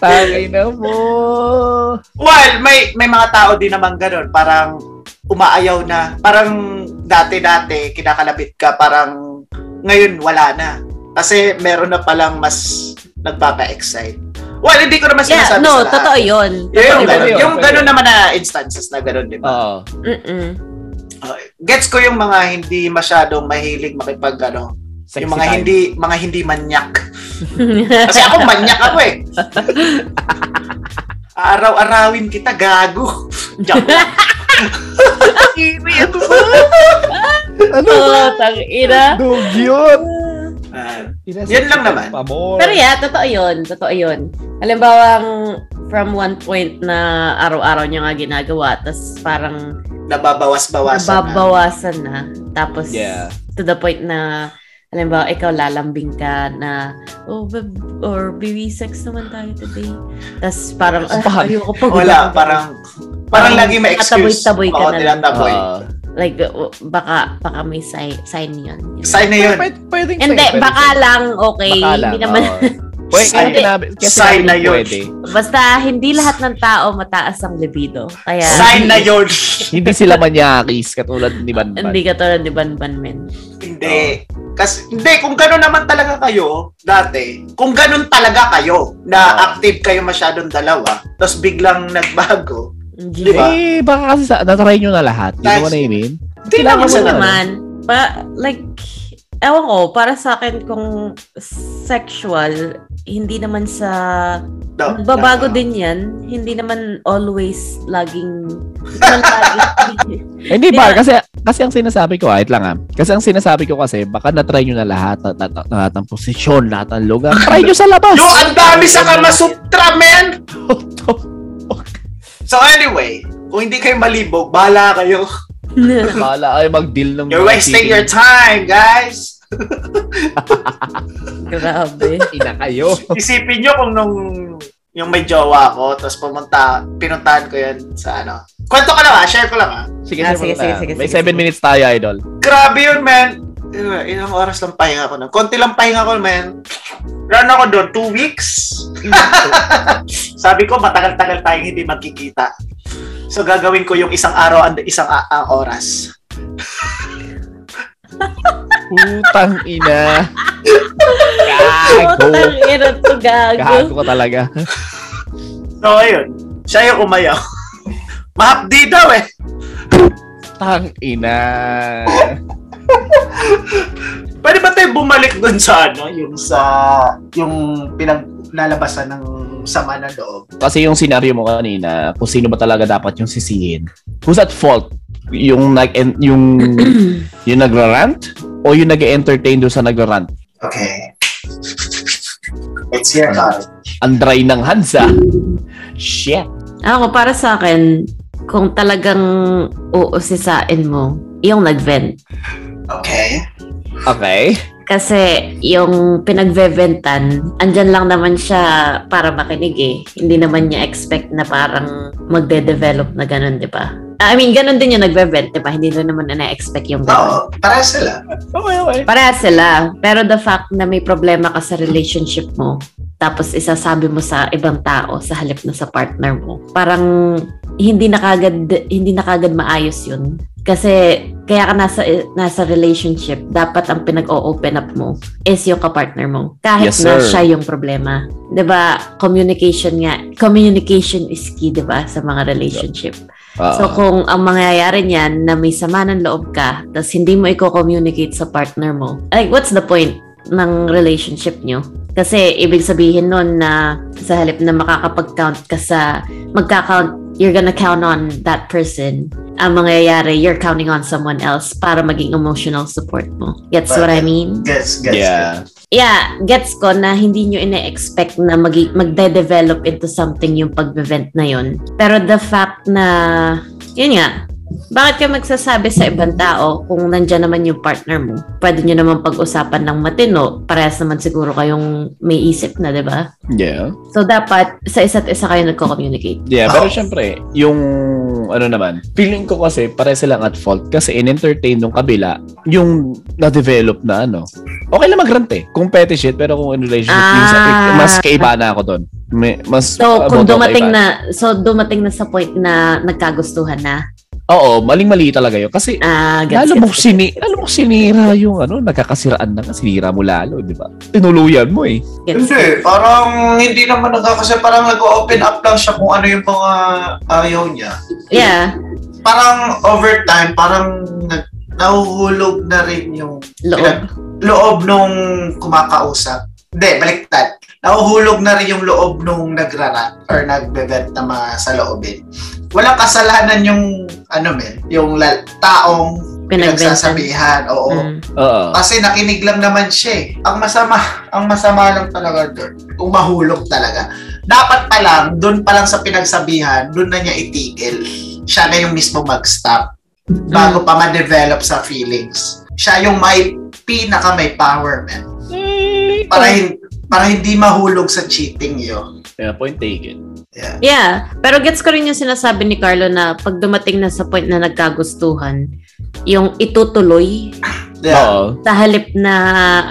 Speaker 2: Tagay na mo.
Speaker 1: Well, may may mga tao din naman ganun, parang umaayaw na. Parang dati-dati kinakalabit ka, parang ngayon wala na. Kasi meron na palang mas nagpapa-excite. Well, hindi ko naman
Speaker 3: Yeah,
Speaker 1: sinasabi
Speaker 3: no,
Speaker 1: sa lahat.
Speaker 3: totoo yun.
Speaker 1: Yung, yung, ganun,
Speaker 2: Totoo yun,
Speaker 1: yung
Speaker 2: totoo
Speaker 1: ganun
Speaker 2: yun.
Speaker 1: naman na instances na ganun, di ba?
Speaker 2: Oo.
Speaker 1: *laughs*
Speaker 3: Mm-mm.
Speaker 1: Okay. Gets ko yung mga hindi masyadong mahilig makipag, ano,
Speaker 2: Sexy
Speaker 1: yung mga
Speaker 2: time.
Speaker 1: hindi, mga hindi manyak. Kasi ako manyak ako eh. Araw-arawin kita, gago. Joke lang.
Speaker 2: *laughs* Ano ba?
Speaker 3: Oh, tangina.
Speaker 2: Dog yun!
Speaker 1: Ah,
Speaker 2: Ina,
Speaker 1: Yun lang
Speaker 2: sexy
Speaker 1: naman.
Speaker 2: time, Amor.
Speaker 3: Pero yeah, totoo yun. Totoo yun. Halimbawa, from one point na araw-araw niya nga ginagawa, tapos parang
Speaker 1: nababawas-bawasan na.
Speaker 3: nababawasan na. Tapos,
Speaker 2: Yeah.
Speaker 3: to the point na, alam ba, ikaw lalambing ka na, oh, bab- or baby sex naman tayo today. Tapos parang, ah,
Speaker 2: Pahan.
Speaker 3: ayoko pagod
Speaker 1: Wala,
Speaker 3: ako."
Speaker 1: parang, parang
Speaker 3: Parang
Speaker 1: lagi may excuse.
Speaker 3: tataboy-taboy ka
Speaker 1: Oo,
Speaker 3: na lang.
Speaker 1: tinataboy.
Speaker 2: Ah.
Speaker 3: Like, oh, baka, baka may sign, sign yun.
Speaker 1: Sign na yun.
Speaker 2: Pwede- pwedeng
Speaker 3: Hindi,
Speaker 2: sa'yo, pwede
Speaker 3: baka
Speaker 2: sa'yo.
Speaker 3: lang, okay.
Speaker 2: Baka lang,
Speaker 3: Hindi naman,
Speaker 2: oo. Pwede, kaya
Speaker 1: Sign-
Speaker 2: sinabi, kaya
Speaker 1: sign
Speaker 2: sinabi
Speaker 1: na
Speaker 2: kong
Speaker 1: yun.
Speaker 2: Pwede.
Speaker 3: *laughs* basta, hindi lahat ng tao mataas ang libido. Kaya,
Speaker 1: Sign na yun.
Speaker 2: Hindi sila manyakis, katulad ni Banban.
Speaker 3: hindi ka tulad ni Banban men.
Speaker 1: hindi. Kasi, hindi, kung gano'n naman talaga kayo, dati, kung gano'n talaga kayo, na
Speaker 2: Oo.
Speaker 1: active kayo masyadong dalawa, tapos biglang nagbago, Di
Speaker 3: Hindi.
Speaker 1: ba?
Speaker 2: Eh, baka kasi sa, natry nyo na lahat. You know
Speaker 1: That's-
Speaker 2: what I mean?
Speaker 1: hindi naman
Speaker 2: Kailangan
Speaker 1: sa
Speaker 2: mo
Speaker 3: Kasi
Speaker 2: Wala.
Speaker 3: naman, pa, like, ewan ko, para sa akin kung sexual, hindi naman sa,
Speaker 1: daw.
Speaker 3: nagbabago din yan, hindi naman always laging, hindi naman lagi.
Speaker 2: Eh, Hindi ba?
Speaker 3: Kaya-
Speaker 2: Kasi, kasi ang sinasabi ko, ah, wait lang ah. Kasi ang sinasabi ko kasi, baka natry nyo na lahat, lahat, lahat, lahat ng posisyon, lahat ng lugar. Try nyo sa labas!
Speaker 1: Yo, ang
Speaker 2: *laughs*
Speaker 1: dami sa kamasutra, man! So anyway, kung hindi kayo malibog, bahala kayo.
Speaker 2: Kala ay mag-deal ng...
Speaker 1: You're wasting your time, guys!
Speaker 3: *laughs* Grabe.
Speaker 2: *laughs* Ina
Speaker 1: *laughs*
Speaker 2: kayo.
Speaker 1: Isipin nyo kung nung yung may jowa ko, tapos pumunta, pinuntahan ko yun sa ano. Kwento ko lang ah, share ko lang ah.
Speaker 2: Sige,
Speaker 3: Ah,
Speaker 2: sige,
Speaker 3: sige,
Speaker 2: sige,
Speaker 3: sige, sige,
Speaker 2: May
Speaker 3: sige.
Speaker 2: 7 minutes tayo, idol.
Speaker 1: Grabe yun, man. Ilang- Ilang oras lang pahinga ko nun. Konti lang pahinga ko, man. Run ako doon, two *laughs* weeks. Sabi ko, matagal-tagal tayong hindi magkikita. So, gagawin ko yung isang araw and isang a- a- oras.
Speaker 2: Putang
Speaker 3: *laughs*
Speaker 2: ina. Gago.
Speaker 3: Totang ina to,
Speaker 2: Gago
Speaker 3: gago.
Speaker 2: ka talaga.
Speaker 1: So, ayun. Siya yung umayaw. *laughs* Mahapdi daw eh.
Speaker 2: Tang ina.
Speaker 1: Pwede ba tayo bumalik doon sa ano, yung sa yung pinaglalabasan ng sama ng loob?
Speaker 2: Kasi yung scenario mo kanina, kung sino ba talaga dapat yung sisihin. Who's at fault? Yung nag en-
Speaker 3: *clears throat*
Speaker 2: yung yung nagrarant o yung nag-entertain doon sa nagrarant?
Speaker 1: Okay. It's your
Speaker 2: call. Ang dry ng hansa. Shit.
Speaker 3: Ako, para sa akin, kung talagang uusisain mo, yung nag-vent.
Speaker 1: Okay.
Speaker 2: Okay.
Speaker 3: Kasi yung pinagbebentan, andyan lang naman siya para makinig eh. Hindi naman niya expect na parang magde-develop na ganun, di ba? I mean, ganun din yung nagbebent, di ba? Hindi na naman na-expect yung ganun.
Speaker 1: Oo, para sila.
Speaker 2: Okay, okay.
Speaker 3: Pareha sila. Pero the fact na may problema ka sa relationship mo, tapos isasabi mo sa ibang tao sa halip na sa partner mo, parang hindi na kagad, hindi na kagad maayos yun. Kasi kaya ka nasa, nasa relationship, dapat ang pinag-o-open up mo is yung kapartner mo. Kahit
Speaker 2: Yes,
Speaker 3: na
Speaker 2: sir.
Speaker 3: siya yung problema. 'Di ba Communication nga. Communication is key, 'di ba sa mga relationship. So
Speaker 2: Ah,
Speaker 3: kung ang mangyayari niyan na may sama ng loob ka, tapos hindi mo i-communicate sa partner mo, like what's the point ng relationship nyo? Kasi ibig sabihin nun na sa halip na makakapag-count ka sa, magka-count, you're gonna count on that person. Ang mangyayari, you're counting on someone else para maging emotional support mo. Gets what I mean?
Speaker 1: Guess, guess.
Speaker 2: yeah.
Speaker 3: Yeah, gets ko na hindi nyo ina-expect na mag magde-develop into something yung pag-vent na yun. Pero the fact na, yun nga, bakit ka magsasabi sa ibang tao kung nandyan naman yung partner mo? Pwede nyo naman pag-usapan ng matino. Parehas naman siguro kayong may isip na, di ba?
Speaker 2: Yeah.
Speaker 3: So, dapat sa isa't isa kayo nagko-communicate.
Speaker 2: Yeah, pero
Speaker 1: Oh.
Speaker 2: syempre, yung ano naman, feeling ko kasi pare silang at fault kasi in-entertain nung kabila yung na-develop na ano. Okay lang mag eh. Kung petty shit, pero kung in relationship, yung sa-
Speaker 3: Ah.
Speaker 2: mas kaiba na ako doon. May, mas
Speaker 3: So, kung
Speaker 2: about ako
Speaker 3: dumating
Speaker 2: kaiba.
Speaker 3: na, so dumating na sa point na nagkagustuhan na,
Speaker 2: Oo, maling-mali talaga yun. Kasi
Speaker 3: Ah, gets,
Speaker 2: lalo
Speaker 3: gets,
Speaker 2: mong,
Speaker 3: gets,
Speaker 2: sini,
Speaker 3: gets,
Speaker 2: lalo mong sinira yung ano, nagkakasiraan na nga, sinira mo lalo, di ba? Tinuluyan mo eh.
Speaker 3: gets, gets.
Speaker 1: Hindi, parang hindi naman nagka kasi parang nag-open up lang siya kung ano yung mga ayaw niya.
Speaker 3: Yeah,
Speaker 1: Parang over time, parang nag- nahuhulog na rin yung
Speaker 3: loob.
Speaker 1: loob nung kumakausap. Hindi, baliktad. Nahuhulog na rin yung loob nung nagrarat or nagbebet na mga sa loobin. Walang kasalanan yung ano men, yung la- taong
Speaker 3: Pinagbentan.
Speaker 1: pinagsasabihan. Oo.
Speaker 3: Mm.
Speaker 2: Oo.
Speaker 1: Oh. Kasi nakinig lang naman siya eh. Ang masama, ang masama lang talaga doon. Kung mahulog talaga. Dapat pa lang, doon pa lang sa pinagsabihan, doon na niya itigil. Siya na yung mismo mag-stop bago pa ma-develop sa feelings. Siya yung may pinaka may power, man. Para,
Speaker 2: Oh.
Speaker 1: hin- para hindi mahulog sa cheating yun.
Speaker 2: Yeah, point taken.
Speaker 1: Yeah.
Speaker 3: Yeah, pero gets ko rin yung sinasabi ni Carlo na pag dumating na sa point na nagkagustuhan, yung itutuloy
Speaker 1: Yeah.
Speaker 2: Oo.
Speaker 3: sa halip na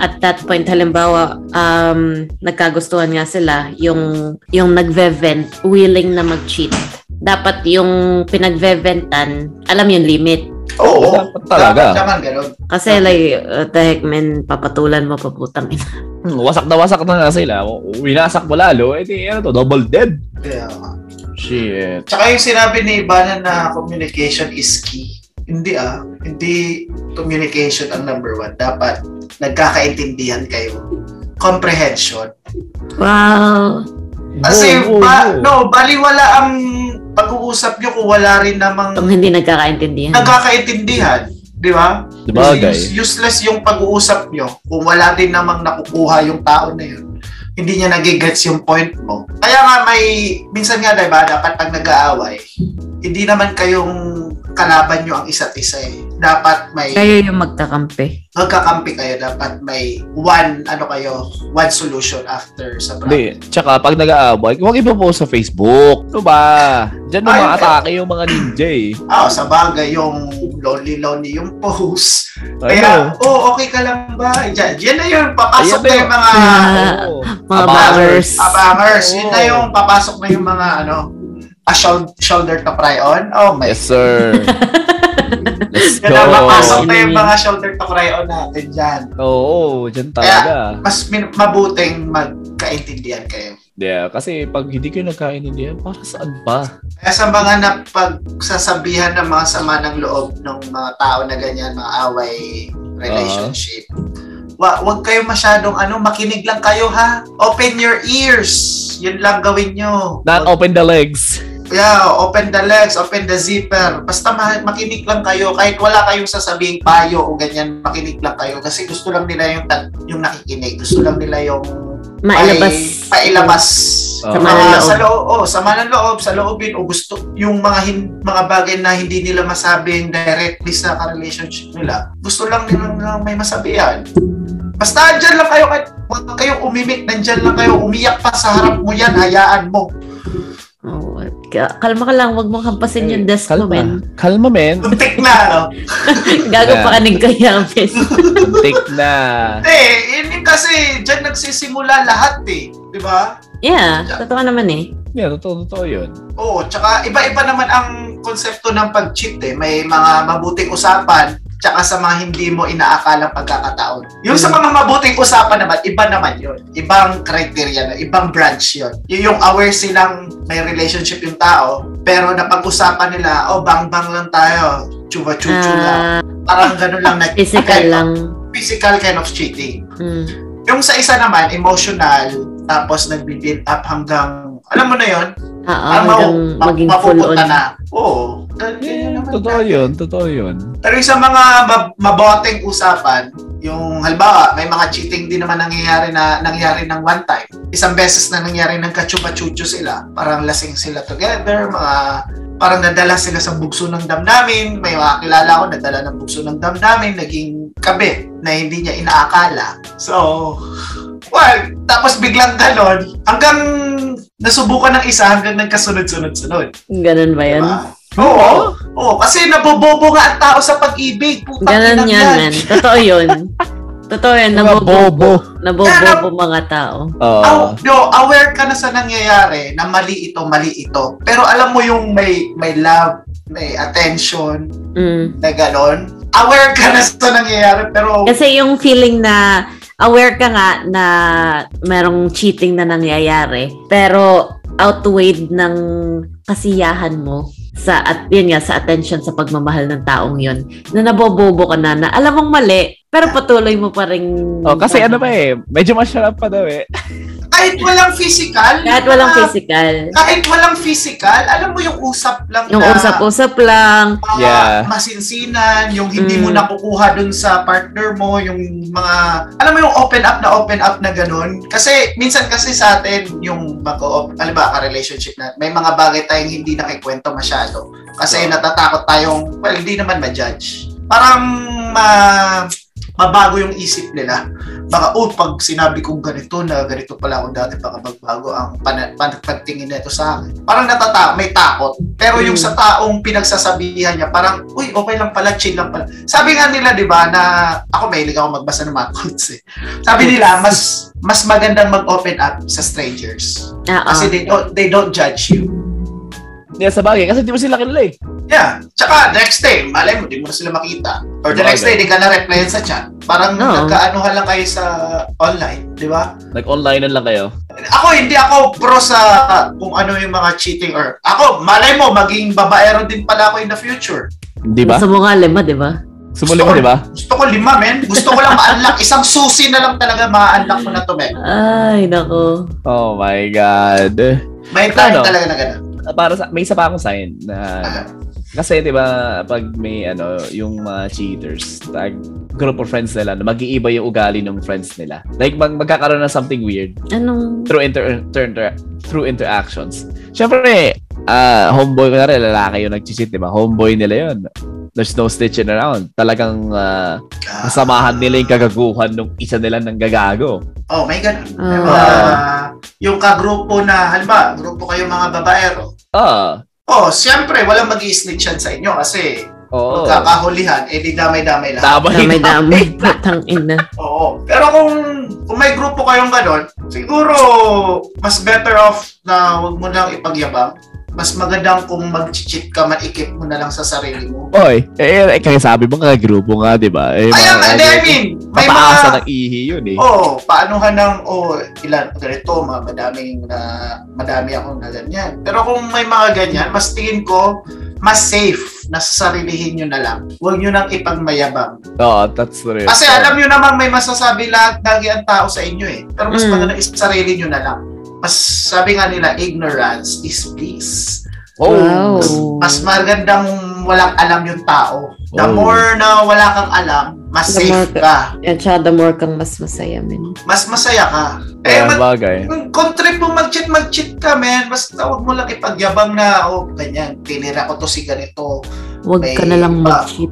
Speaker 3: at that point halimbawa um nagkagustuhan nga sila yung yung nagve-vent willing na mag-cheat dapat yung pinagve-ventan alam yung limit
Speaker 1: Oo.
Speaker 2: Dapat talaga.
Speaker 1: Dapat naman ganun.
Speaker 3: kasi like what the heck man papatulan mo paputang ina
Speaker 2: Hmm, Wasak na wasak na nga sila. Winasak mo lalo. Eh di, ano to, double dead.
Speaker 1: Yeah.
Speaker 2: Shit.
Speaker 1: Tsaka yung sinabi ni Ivana na communication is key. Hindi ah. Hindi communication ang number one. Dapat nagkakaintindihan kayo. Comprehension.
Speaker 3: wow
Speaker 1: Kasi
Speaker 2: Wow, wow,
Speaker 1: ba,
Speaker 2: wow.
Speaker 1: no, baliwala ang pag-uusap nyo kung wala rin namang
Speaker 3: kung hindi nagkakaintindihan
Speaker 1: nagkakaintindihan. Di ba?
Speaker 2: Sabagay.
Speaker 1: Use- Useless yung pag-uusap nyo kung wala rin namang nakukuha yung tao na yun. Hindi niya nagigets yung point mo. Kaya nga may, minsan nga diba, dapat pag nag-aaway, hindi naman kayong kalaban nyo ang isa't isa eh. Dapat may,
Speaker 3: kayo yung magkakampi
Speaker 1: magkakampi kayo, dapat may one, ano kayo, one solution after sa
Speaker 2: Hindi.
Speaker 1: problem.
Speaker 2: Tsaka pag nag-aaway, huwag ipopost sa Facebook. Ano ba? Diyan mo
Speaker 1: Ay,
Speaker 2: maatake yung mga ninja eh.
Speaker 1: Ah, sa bagay, yung lonely-lonely yung post.
Speaker 2: Ayun.
Speaker 1: Kaya, oh, okay ka lang ba? Diyan, diyan na yun, papasok
Speaker 2: Ayan na
Speaker 1: na
Speaker 2: yun.
Speaker 1: yung mga
Speaker 3: Ah,
Speaker 2: Oo.
Speaker 3: mga
Speaker 2: Abangers.
Speaker 3: bangers
Speaker 1: abangers. Yun
Speaker 2: Oo.
Speaker 1: na yung papasok na yung mga ano, a shoulder, shoulder to cry on. Oh my.
Speaker 2: Yes,
Speaker 1: *laughs*
Speaker 2: sir. Let's
Speaker 1: Yan na, papasok
Speaker 2: go.
Speaker 1: na yung mga shoulder to cry on natin dyan.
Speaker 2: Oo, dyan talaga.
Speaker 1: Mas min- mabuting magkaintindihan kayo.
Speaker 2: Yeah, kasi pag hindi kayo nagkaintindihan, para saan pa?
Speaker 1: Kaya sa mga napagsasabihan ng mga sama ng loob ng mga tao na ganyan, mga away, relationship, wa wag kayo masyadong ano, makinig lang kayo ha. Open your ears. Yun lang gawin nyo.
Speaker 2: Not open the legs.
Speaker 1: Yeah, open the legs, open the zipper. Basta ma- makinig lang kayo. Kahit wala kayong sasabing payo o ganyan, makinig lang kayo. Kasi gusto lang nila yung, ta- yung nakikinig. Gusto lang nila yung
Speaker 3: mailabas
Speaker 1: Ay, pailabas.
Speaker 2: Sa
Speaker 1: Mga-
Speaker 3: mga loob.
Speaker 1: Sa loob. Oh, sa mga loob, sa loobin, o gusto, yung mga, hin- mga bagay na hindi nila masabing directly sa relationship nila. Gusto lang nila na may masabihan. Basta andyan lang kayo, kahit huwag kayong umimik, nandyan lang kayo, umiyak pa sa harap mo yan, hayaan mo.
Speaker 3: Oh, ka- kalma ka lang, wag mo kampasin yung desk mo, men. *laughs*
Speaker 2: Kalma. Kalma, men.
Speaker 1: Untik na, no?
Speaker 3: Gago
Speaker 2: Yeah.
Speaker 3: pa kanig ko yapis.
Speaker 2: Take na.
Speaker 1: Hindi, yun yung kasi, dyan nagsisimula lahat eh. Di ba?
Speaker 3: Yeah, totoo naman eh.
Speaker 2: Yeah, totoo, totoo yun.
Speaker 1: Oo, tsaka iba-iba naman ang konsepto ng pag-cheat eh. May mga mabuting usapan, tsaka sa mga hindi mo inaakalang pagkakataon. Yung sa
Speaker 3: Hmm.
Speaker 1: mga mabuting usapan naman, iba naman yun. Ibang criteria, na, ibang branch yun. Y- Yung aware silang may relationship yung tao, pero napag-usapan nila, oh, bang-bang lang tayo, chuva-chuchu lang.
Speaker 3: Ah,
Speaker 1: Parang ganun
Speaker 3: *laughs*
Speaker 1: lang. na-
Speaker 3: physical lang.
Speaker 1: Physical kind of cheating.
Speaker 3: Mm.
Speaker 1: Yung sa isa naman, emotional, tapos nagbe-build up hanggang, alam mo na yun,
Speaker 3: Oo,
Speaker 1: parang
Speaker 3: Ah, hanggang
Speaker 1: ma-
Speaker 3: maging
Speaker 1: ma-
Speaker 3: full on.
Speaker 1: mapupunta na. Oo. Ganyan
Speaker 2: Yeah,
Speaker 1: naman
Speaker 2: Eh, totoo
Speaker 1: dati.
Speaker 2: yun, totoo yun.
Speaker 1: Pero yung sa mga mab- maboting usapan, yung halimbawa, may mga cheating din naman nangyayari na nangyari ng one time. Isang beses na nangyari ng kachupa-chucho sila. Parang lasing sila together, mga parang nadala sila sa bugso ng damdamin. May mga kilala ko nadala ng bugso ng damdamin, naging kabe na hindi niya inaakala. So, well, tapos biglang ganon, hanggang nasubukan ng isa hanggang nagkasunod-sunod-sunod.
Speaker 3: Ganun ba yan?
Speaker 1: Diba? Oo. Oo, kasi nabobobo nga ang tao sa pag-ibig. Putang
Speaker 3: Ganun
Speaker 1: inang
Speaker 3: yan, man. Totoo yun. Totoo yan,
Speaker 2: Mga Diba, bobo.
Speaker 3: nabobobo. Nabobobo mga tao.
Speaker 1: Aw-
Speaker 2: Oo.
Speaker 1: no, aware ka na sa nangyayari na mali ito, mali ito. Pero alam mo yung may may love, may attention,
Speaker 3: Mm.
Speaker 1: na gano'n. Aware ka na sa nangyayari, pero
Speaker 3: Kasi yung feeling na aware ka nga na merong cheating na nangyayari, pero outweighed ng kasiyahan mo sa at yun nga sa attention sa pagmamahal ng taong yun na nabobobo ka na na alam mong mali pero patuloy mo pa rin
Speaker 2: Oh, kasi ano ba eh, medyo masarap pa daw eh.
Speaker 1: kahit walang physical,
Speaker 3: kahit walang
Speaker 1: ah,
Speaker 3: physical
Speaker 1: kahit walang physical, alam mo yung usap lang
Speaker 3: yung
Speaker 1: na
Speaker 3: usap-usap lang
Speaker 1: mga
Speaker 2: Yeah.
Speaker 1: masinsinan, yung hindi mo
Speaker 3: Mm.
Speaker 1: nakukuha dun sa partner mo, yung mga, alam mo yung open up na open up na ganun. Kasi minsan kasi sa atin, yung mag-open, alam ba, ka-relationship na, may mga bagay tayong hindi nakikwento masyado. Kasi natatakot tayong, well, hindi naman ma-judge. Parang ma mabago yung isip nila. Baka, oh, pag sinabi kong ganito na ganito pala ako dati, baka magbago ang pan- pan- pagtingin nito sa akin. Parang natata may takot. Pero yung
Speaker 3: Mm.
Speaker 1: sa taong pinagsasabihan niya, parang, uy, okay lang pala, chill lang pala. Sabi nga nila, di ba, na ako mahilig ako magbasa ng mga *laughs* quotes eh. Sabi nila, mas mas magandang mag-open up sa strangers.
Speaker 3: Oo.
Speaker 1: Kasi they don't, they don't judge you.
Speaker 2: Yeah, sa bagay, kasi di mo sila kilala eh.
Speaker 1: Yeah. Tsaka, next day, malay mo, di mo na sila makita. Or the next day, di ka na-replyan sa chat. Parang
Speaker 3: Oo.
Speaker 1: nagkaanuhan lang kayo sa online, di ba?
Speaker 2: Nag-online na lang kayo.
Speaker 1: ako hindi ako pro sa kung ano yung mga cheating or ako malay mo maging babaero din pala ako in the future.
Speaker 2: Di ba?
Speaker 3: gusto mo nga lima di ba
Speaker 2: Sumuli mo, di ba?
Speaker 1: Gusto ko lima men, gusto ko lang ma-unlock isang susi na lang talaga ma-unlock ko na to men.
Speaker 3: ay nako
Speaker 2: Oh my God.
Speaker 1: May time
Speaker 2: Ano?
Speaker 1: talaga na ganun.
Speaker 2: Para sa, may isa pa akong sign na Kasi 'di ba pag may ano yung mga cheaters, tag group of friends nila, na mag-iiba yung ugali ng friends nila. Like mag magkakaroon ng something weird
Speaker 3: anong
Speaker 2: through inter, inter, inter- through interactions. Syempre, ah homeboy ko na rin, lalaki yung nag-cheat, 'di ba? Homeboy nila 'yon. There's no stitching around. Talagang ah, kasamahan nila yung kagaguhan ng isa nila ng gagago.
Speaker 1: Oh my god.
Speaker 3: Ah.
Speaker 1: yung kagrupo na halimbawa, grupo kayo mga babaero.
Speaker 2: Ah,
Speaker 1: Oh, siyempre walang magi-snitch yan sa inyo kasi
Speaker 2: oo.
Speaker 1: magkakahulihan, eh di damay-damay lang.
Speaker 2: Damay na.
Speaker 3: damay-damay putang ina
Speaker 1: Oo. Pero kung, kung may grupo kayong ganon, siguro mas better off na huwag mo lang ipagyabang. Mas magandang kung mag-cheat ka, maikip mo na lang sa sarili mo.
Speaker 2: Oy, eh, eh, kaya sabi mo nga, grupo nga, di ba? Eh,
Speaker 1: Kaya nga, hindi, I mean, may
Speaker 2: Papaasa
Speaker 1: mga...
Speaker 2: ng ihi yun eh.
Speaker 1: Oo, oh, paanuhan ng, oh, ilan, ganito, ma- madaming na, madami akong na ganyan. Pero kung may mga ganyan, mas tingin ko, mas safe na sarilihin nyo na lang. Huwag nyo nang ipagmayabang.
Speaker 2: Oo, that's true.
Speaker 1: Kasi alam nyo namang may masasabi lahat lagi ang tao sa inyo eh. Pero mas
Speaker 3: Mm.
Speaker 1: maganda is sarili nyo na lang. Mas sabi nga nila, ignorance is bliss.
Speaker 2: Oh,
Speaker 3: wow Hmm.
Speaker 1: Mas magandang walang alam yung tao. The
Speaker 2: Oh.
Speaker 1: more na wala kang alam, mas
Speaker 3: The
Speaker 1: safe
Speaker 3: more ka-
Speaker 1: ka.
Speaker 3: Yan siya, the more kang mas masaya, men.
Speaker 1: Mas masaya ka. Eh,
Speaker 2: kaya
Speaker 1: mag-
Speaker 2: bagay.
Speaker 1: kung trip mo mag-cheat, mag-cheat ka, man. Basta huwag mo lang ipagyabang na, oh, ganyan, tinira ko to si ganito.
Speaker 3: Huwag ka na lang
Speaker 1: May-
Speaker 2: *laughs*
Speaker 3: mag-cheat.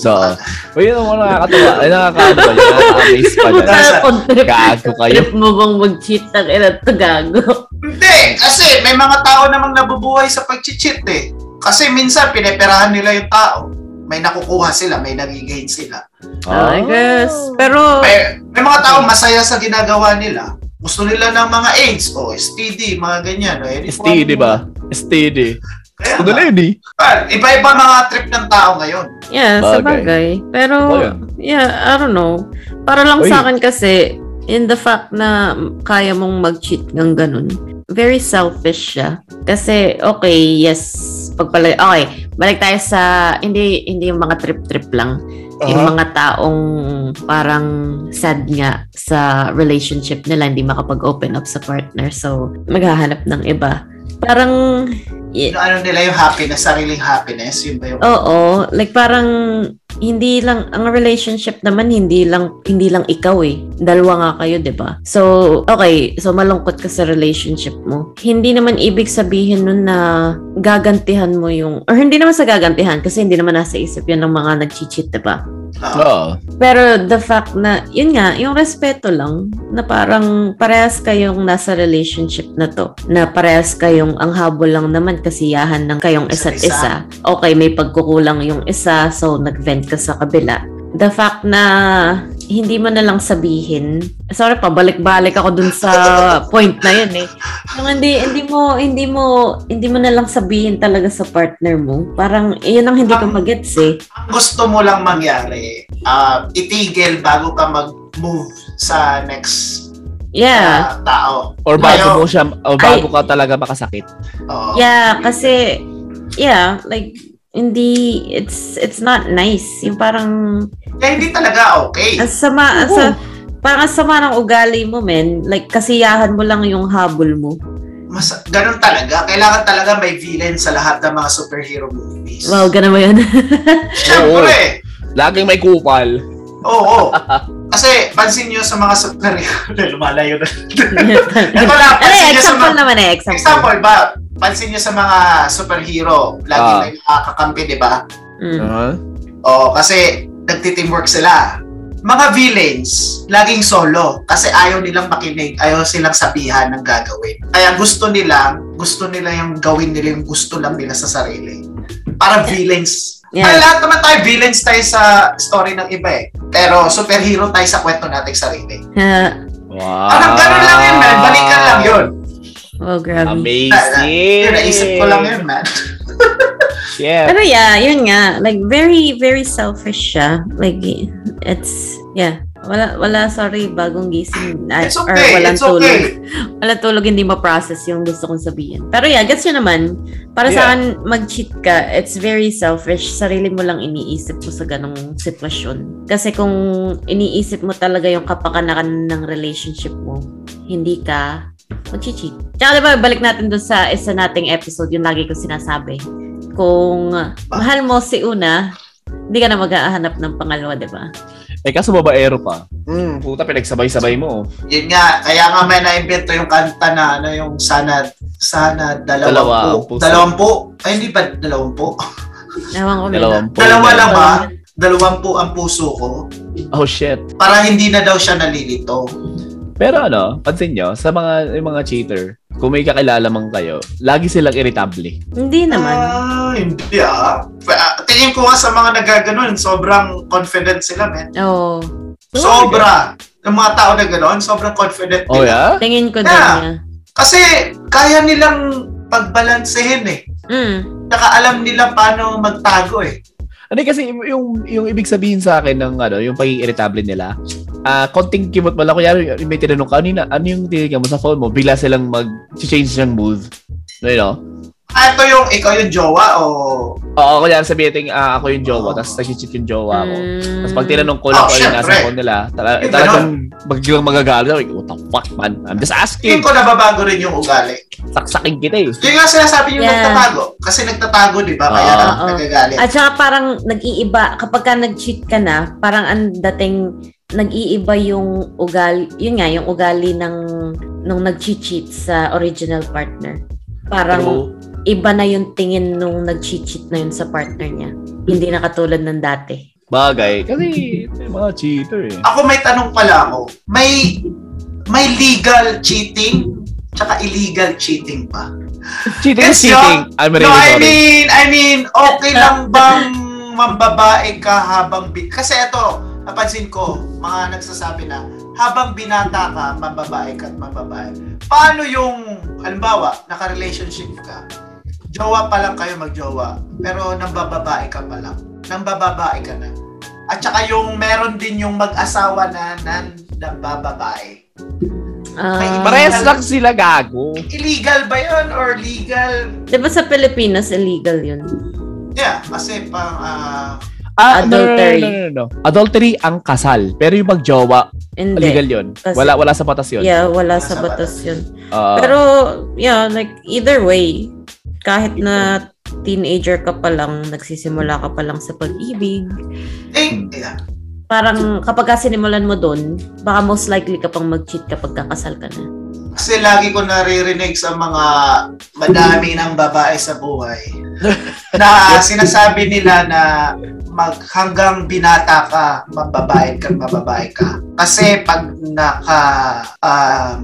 Speaker 2: So, o yun ang mga nakakatawa. Ay, nakakatawa. yun, Nakaka-amaze pa
Speaker 3: Puta
Speaker 2: na.
Speaker 1: Nasa-
Speaker 3: na kung trip,
Speaker 2: Gago kayo.
Speaker 3: trip mo bang mag-cheat ng ina to gago.
Speaker 1: Hindi, kasi may mga tao namang nabubuhay sa pag-cheat eh. Kasi minsan pineperahan nila yung tao. May nakukuha sila, may nagigain sila.
Speaker 2: Oh.
Speaker 3: Ah, I guess. Pero,
Speaker 1: May, may mga tao masaya sa ginagawa nila. Gusto nila ng mga AIDS o STD, mga ganyan. O, eh,
Speaker 2: STD, di ba? STD.
Speaker 1: Kaya
Speaker 2: Ano na
Speaker 1: nga.
Speaker 2: yun eh?
Speaker 1: Ah, Iba-iba mga trip ng tao ngayon.
Speaker 3: yeah, sa
Speaker 2: Bagay.
Speaker 3: bagay. Pero,
Speaker 2: Totoo yun.
Speaker 3: yeah, I don't know. Para lang
Speaker 2: Uy.
Speaker 3: sa akin kasi, in the fact na kaya mong mag-cheat ng ganun, very selfish siya. Kasi, okay, yes, pagpala, okay, balik tayo sa, hindi, hindi yung mga trip-trip lang. Yung mga taong parang sad nga sa relationship nila, hindi makapag-open up sa partner. So, maghahanap ng iba. Parang, y-
Speaker 1: Yung ano nila yung happiness, sariling happiness. Yun ba yung...
Speaker 3: oo, like parang hindi lang, ang relationship naman hindi lang, hindi lang ikaw eh. Dalawa nga kayo, di ba? So, okay, so malungkot ka sa relationship mo. Hindi naman ibig sabihin nun na gagantihan mo yung, or hindi naman sa gagantihan kasi hindi naman nasa isip yan ng mga nag-cheat, di ba?
Speaker 1: Ah,
Speaker 2: Oo.
Speaker 3: Pero the fact na, yun nga, yung respeto lang, na parang parehas kayong nasa relationship na to, na parehas kayong ang habol lang naman kasiyahan ng kayong
Speaker 1: Isa't isa.
Speaker 3: isa't isa. Okay, may pagkukulang yung isa, so nag-vent ka sa kabila. The fact na hindi mo na lang sabihin. Sorry, pabalik-balik ako dun sa point na yun eh. Yung hindi, hindi mo, hindi mo, hindi mo na lang sabihin talaga sa partner mo. Parang, yun ang hindi ko magets eh.
Speaker 1: Ang gusto mo lang mangyari, ah, itigil bago ka mag-move sa next
Speaker 3: Yeah.
Speaker 1: ah, tao.
Speaker 2: Or
Speaker 1: Ayaw.
Speaker 2: bago mo siya, or bago
Speaker 3: Ay.
Speaker 2: ka talaga makasakit.
Speaker 1: Oo.
Speaker 3: Yeah, kasi yeah, like hindi it's it's not nice. Yung parang
Speaker 1: Kaya hindi talaga okay.
Speaker 3: ang sama ang sa parang ang sama ng ugali mo, men. Like kasiyahan mo lang yung habol mo.
Speaker 1: Mas, ganun talaga. Kailangan talaga may villain sa lahat ng mga superhero movies.
Speaker 3: Wow,
Speaker 1: *laughs*
Speaker 3: ganun ba 'yun?
Speaker 1: Siyempre!
Speaker 2: Laging may kupal.
Speaker 1: Oo. Kasi, pansin nyo sa mga superhero, *laughs* lumalayo na. Ito lang,
Speaker 3: Ay,
Speaker 1: pansin nyo sa
Speaker 3: Ano example
Speaker 1: mga...
Speaker 3: naman eh, example.
Speaker 1: Example ba? Pansin nyo sa mga superhero, lagi
Speaker 2: Ah.
Speaker 1: may nakakakampi, di ba?
Speaker 3: Mm.
Speaker 2: Uh-huh.
Speaker 1: Oo, Oh, kasi nagtitimwork sila. Mga villains, laging solo kasi ayaw nilang makinig, ayaw silang sabihan ng gagawin. Kaya gusto nila, gusto nila yung gawin nila yung gusto lang nila sa sarili. Para villains.
Speaker 3: Yeah.
Speaker 1: Ay, lahat naman tayo villains tayo sa story ng iba eh. Pero superhero tayo sa kwento nating sarili.
Speaker 3: *laughs* Ah,
Speaker 2: Wow.
Speaker 1: Parang ganun lang yun, man. Balikan lang yun.
Speaker 3: oh, grabe.
Speaker 2: Amazing.
Speaker 3: Eh.
Speaker 1: Yun, naisip ko lang yun, man.
Speaker 2: Yeah.
Speaker 3: Pero yeah, yun nga, like very very selfish siya. Like it's yeah, wala wala sorry bagong gising ah,
Speaker 1: It's
Speaker 3: or
Speaker 1: okay,
Speaker 3: walang
Speaker 1: it's okay.
Speaker 3: tulog. wala tulog hindi ma-process yung gusto kong sabihin. Pero yeah, gets nyo naman. Para sa
Speaker 2: Yeah.
Speaker 3: akin, mag-cheat ka, it's very selfish. Sarili mo lang iniisip mo sa ganong sitwasyon. Kasi kung iniisip mo talaga yung kapakanakan ng relationship mo, hindi ka mag-cheat. Tsaka diba, balik natin doon sa isa nating episode, yung lagi ko sinasabi. Kung mahal mo si una, hindi ka na maghahanap ng pangalawa, di ba?
Speaker 2: Eh, kaso babaero pa. Mm, puta, pinagsabay-sabay mo.
Speaker 1: Yun nga, kaya nga may naimbento yung kanta na ano yung sana sana
Speaker 2: Dalawa ang
Speaker 1: dalawampu.
Speaker 2: puso.
Speaker 1: Dalawampu. Ay, hindi ba dalawampu? *laughs*
Speaker 3: Ewan ko. Mel.
Speaker 2: Dalawang po.
Speaker 1: Dalawa lang ba? Dalawampu ang puso ko.
Speaker 2: Oh, shit.
Speaker 1: Para hindi na daw siya nalilito.
Speaker 2: Pero ano, pansin nyo, sa mga, yung mga cheater, kung may kakilala man kayo, lagi silang irritable.
Speaker 3: Hindi naman.
Speaker 1: Ah, hindi ah. Ah, Tingin ko nga sa mga nagaganon, sobrang confident sila, men.
Speaker 3: Oo. Oh,
Speaker 1: Sobra. Yung mga tao na ganon, sobrang confident
Speaker 2: Oh,
Speaker 1: nila.
Speaker 2: yeah?
Speaker 3: Tingin ko din
Speaker 1: Yeah.
Speaker 3: niya.
Speaker 1: Kasi kaya nilang pagbalansehin eh.
Speaker 3: Mm.
Speaker 1: Saka alam nila paano magtago eh.
Speaker 2: Ano kasi yung yung ibig sabihin sa akin ng ano, yung pagiging irritable nila. Ah, konting kimot mo lang kunyari may tinanong ka kanina, ano yung tinignan mo sa phone mo? Bigla silang mag-change ng mood. No, you know?
Speaker 1: Ah, ito yung ikaw yung jowa o
Speaker 2: Oo, kunyari sabihin ah, ako yung jowa,
Speaker 1: Oo.
Speaker 2: tapos nag-cheat yung jowa ko.
Speaker 3: Mm.
Speaker 2: Tapos pag tinanong ko lang
Speaker 1: Oh,
Speaker 2: kung ano yung nasa
Speaker 1: syempre.
Speaker 2: phone nila, tala-
Speaker 1: Yung
Speaker 2: talagang magiging magagalit. Like, what the fuck, man? I'm just
Speaker 1: Tingin
Speaker 2: asking.
Speaker 1: ko nababago rin yung ugali.
Speaker 2: Saksakin kita eh.
Speaker 1: Yun nga sinasabi yung
Speaker 3: Yeah. Oh.
Speaker 1: nagtatago. Kasi nagtatago, di ba? Kaya
Speaker 2: Ah.
Speaker 1: uh, nagagalit.
Speaker 3: At saka parang nag-iiba, kapag ka nag-cheat ka na, parang ang dating nag-iiba yung ugali, yun nga, yung ugali ng nung nag-cheat sa original partner. Parang iba na yung tingin nung nag-cheat na yun sa partner niya. Hindi na katulad ng dati.
Speaker 2: Bagay. Kasi may mga cheater eh.
Speaker 1: Ako may tanong pala ako. May may legal cheating tsaka illegal cheating pa.
Speaker 2: Cheating is
Speaker 1: Yes, yo.
Speaker 2: cheating. I'm really
Speaker 1: No, I
Speaker 2: sorry.
Speaker 1: mean, I mean, okay lang bang mambabae ka habang bi- Kasi ito, napansin ko, mga nagsasabi na, habang binata ka, mambabae ka at mambabae. Paano yung, halimbawa, naka-relationship ka, jowa pa lang kayo magjowa, pero nambababae ka pa lang. Nambababae ka na. At saka yung meron din yung mag-asawa na nan nambababae.
Speaker 3: Ah,
Speaker 2: Parehas lang sila gago.
Speaker 1: Illegal ba yun or legal?
Speaker 3: Di ba sa Pilipinas, illegal yun?
Speaker 1: Yeah, kasi pang ah,
Speaker 2: Ah, no, no, no,
Speaker 3: Adultery.
Speaker 2: No, no, no, no. Adultery ang kasal. Pero yung magjowa,
Speaker 3: Hindi.
Speaker 2: legal yun.
Speaker 3: Kasi-
Speaker 2: Wala, wala sa batas yun.
Speaker 3: Yeah, wala sa
Speaker 1: Nasa
Speaker 3: batas yun.
Speaker 2: Ah,
Speaker 3: Pero, yeah, like, either way, kahit na teenager ka pa lang, nagsisimula ka pa lang sa pag-ibig,
Speaker 1: eh, yeah.
Speaker 3: parang kapag ka sinimulan mo doon, baka most likely ka pang mag-cheat kapag kakasal ka na.
Speaker 1: Kasi lagi ko naririnig sa mga madami ng babae sa buhay na sinasabi nila na mag, hanggang binata ka, mababae ka, mababae ka. Kasi pag naka, um,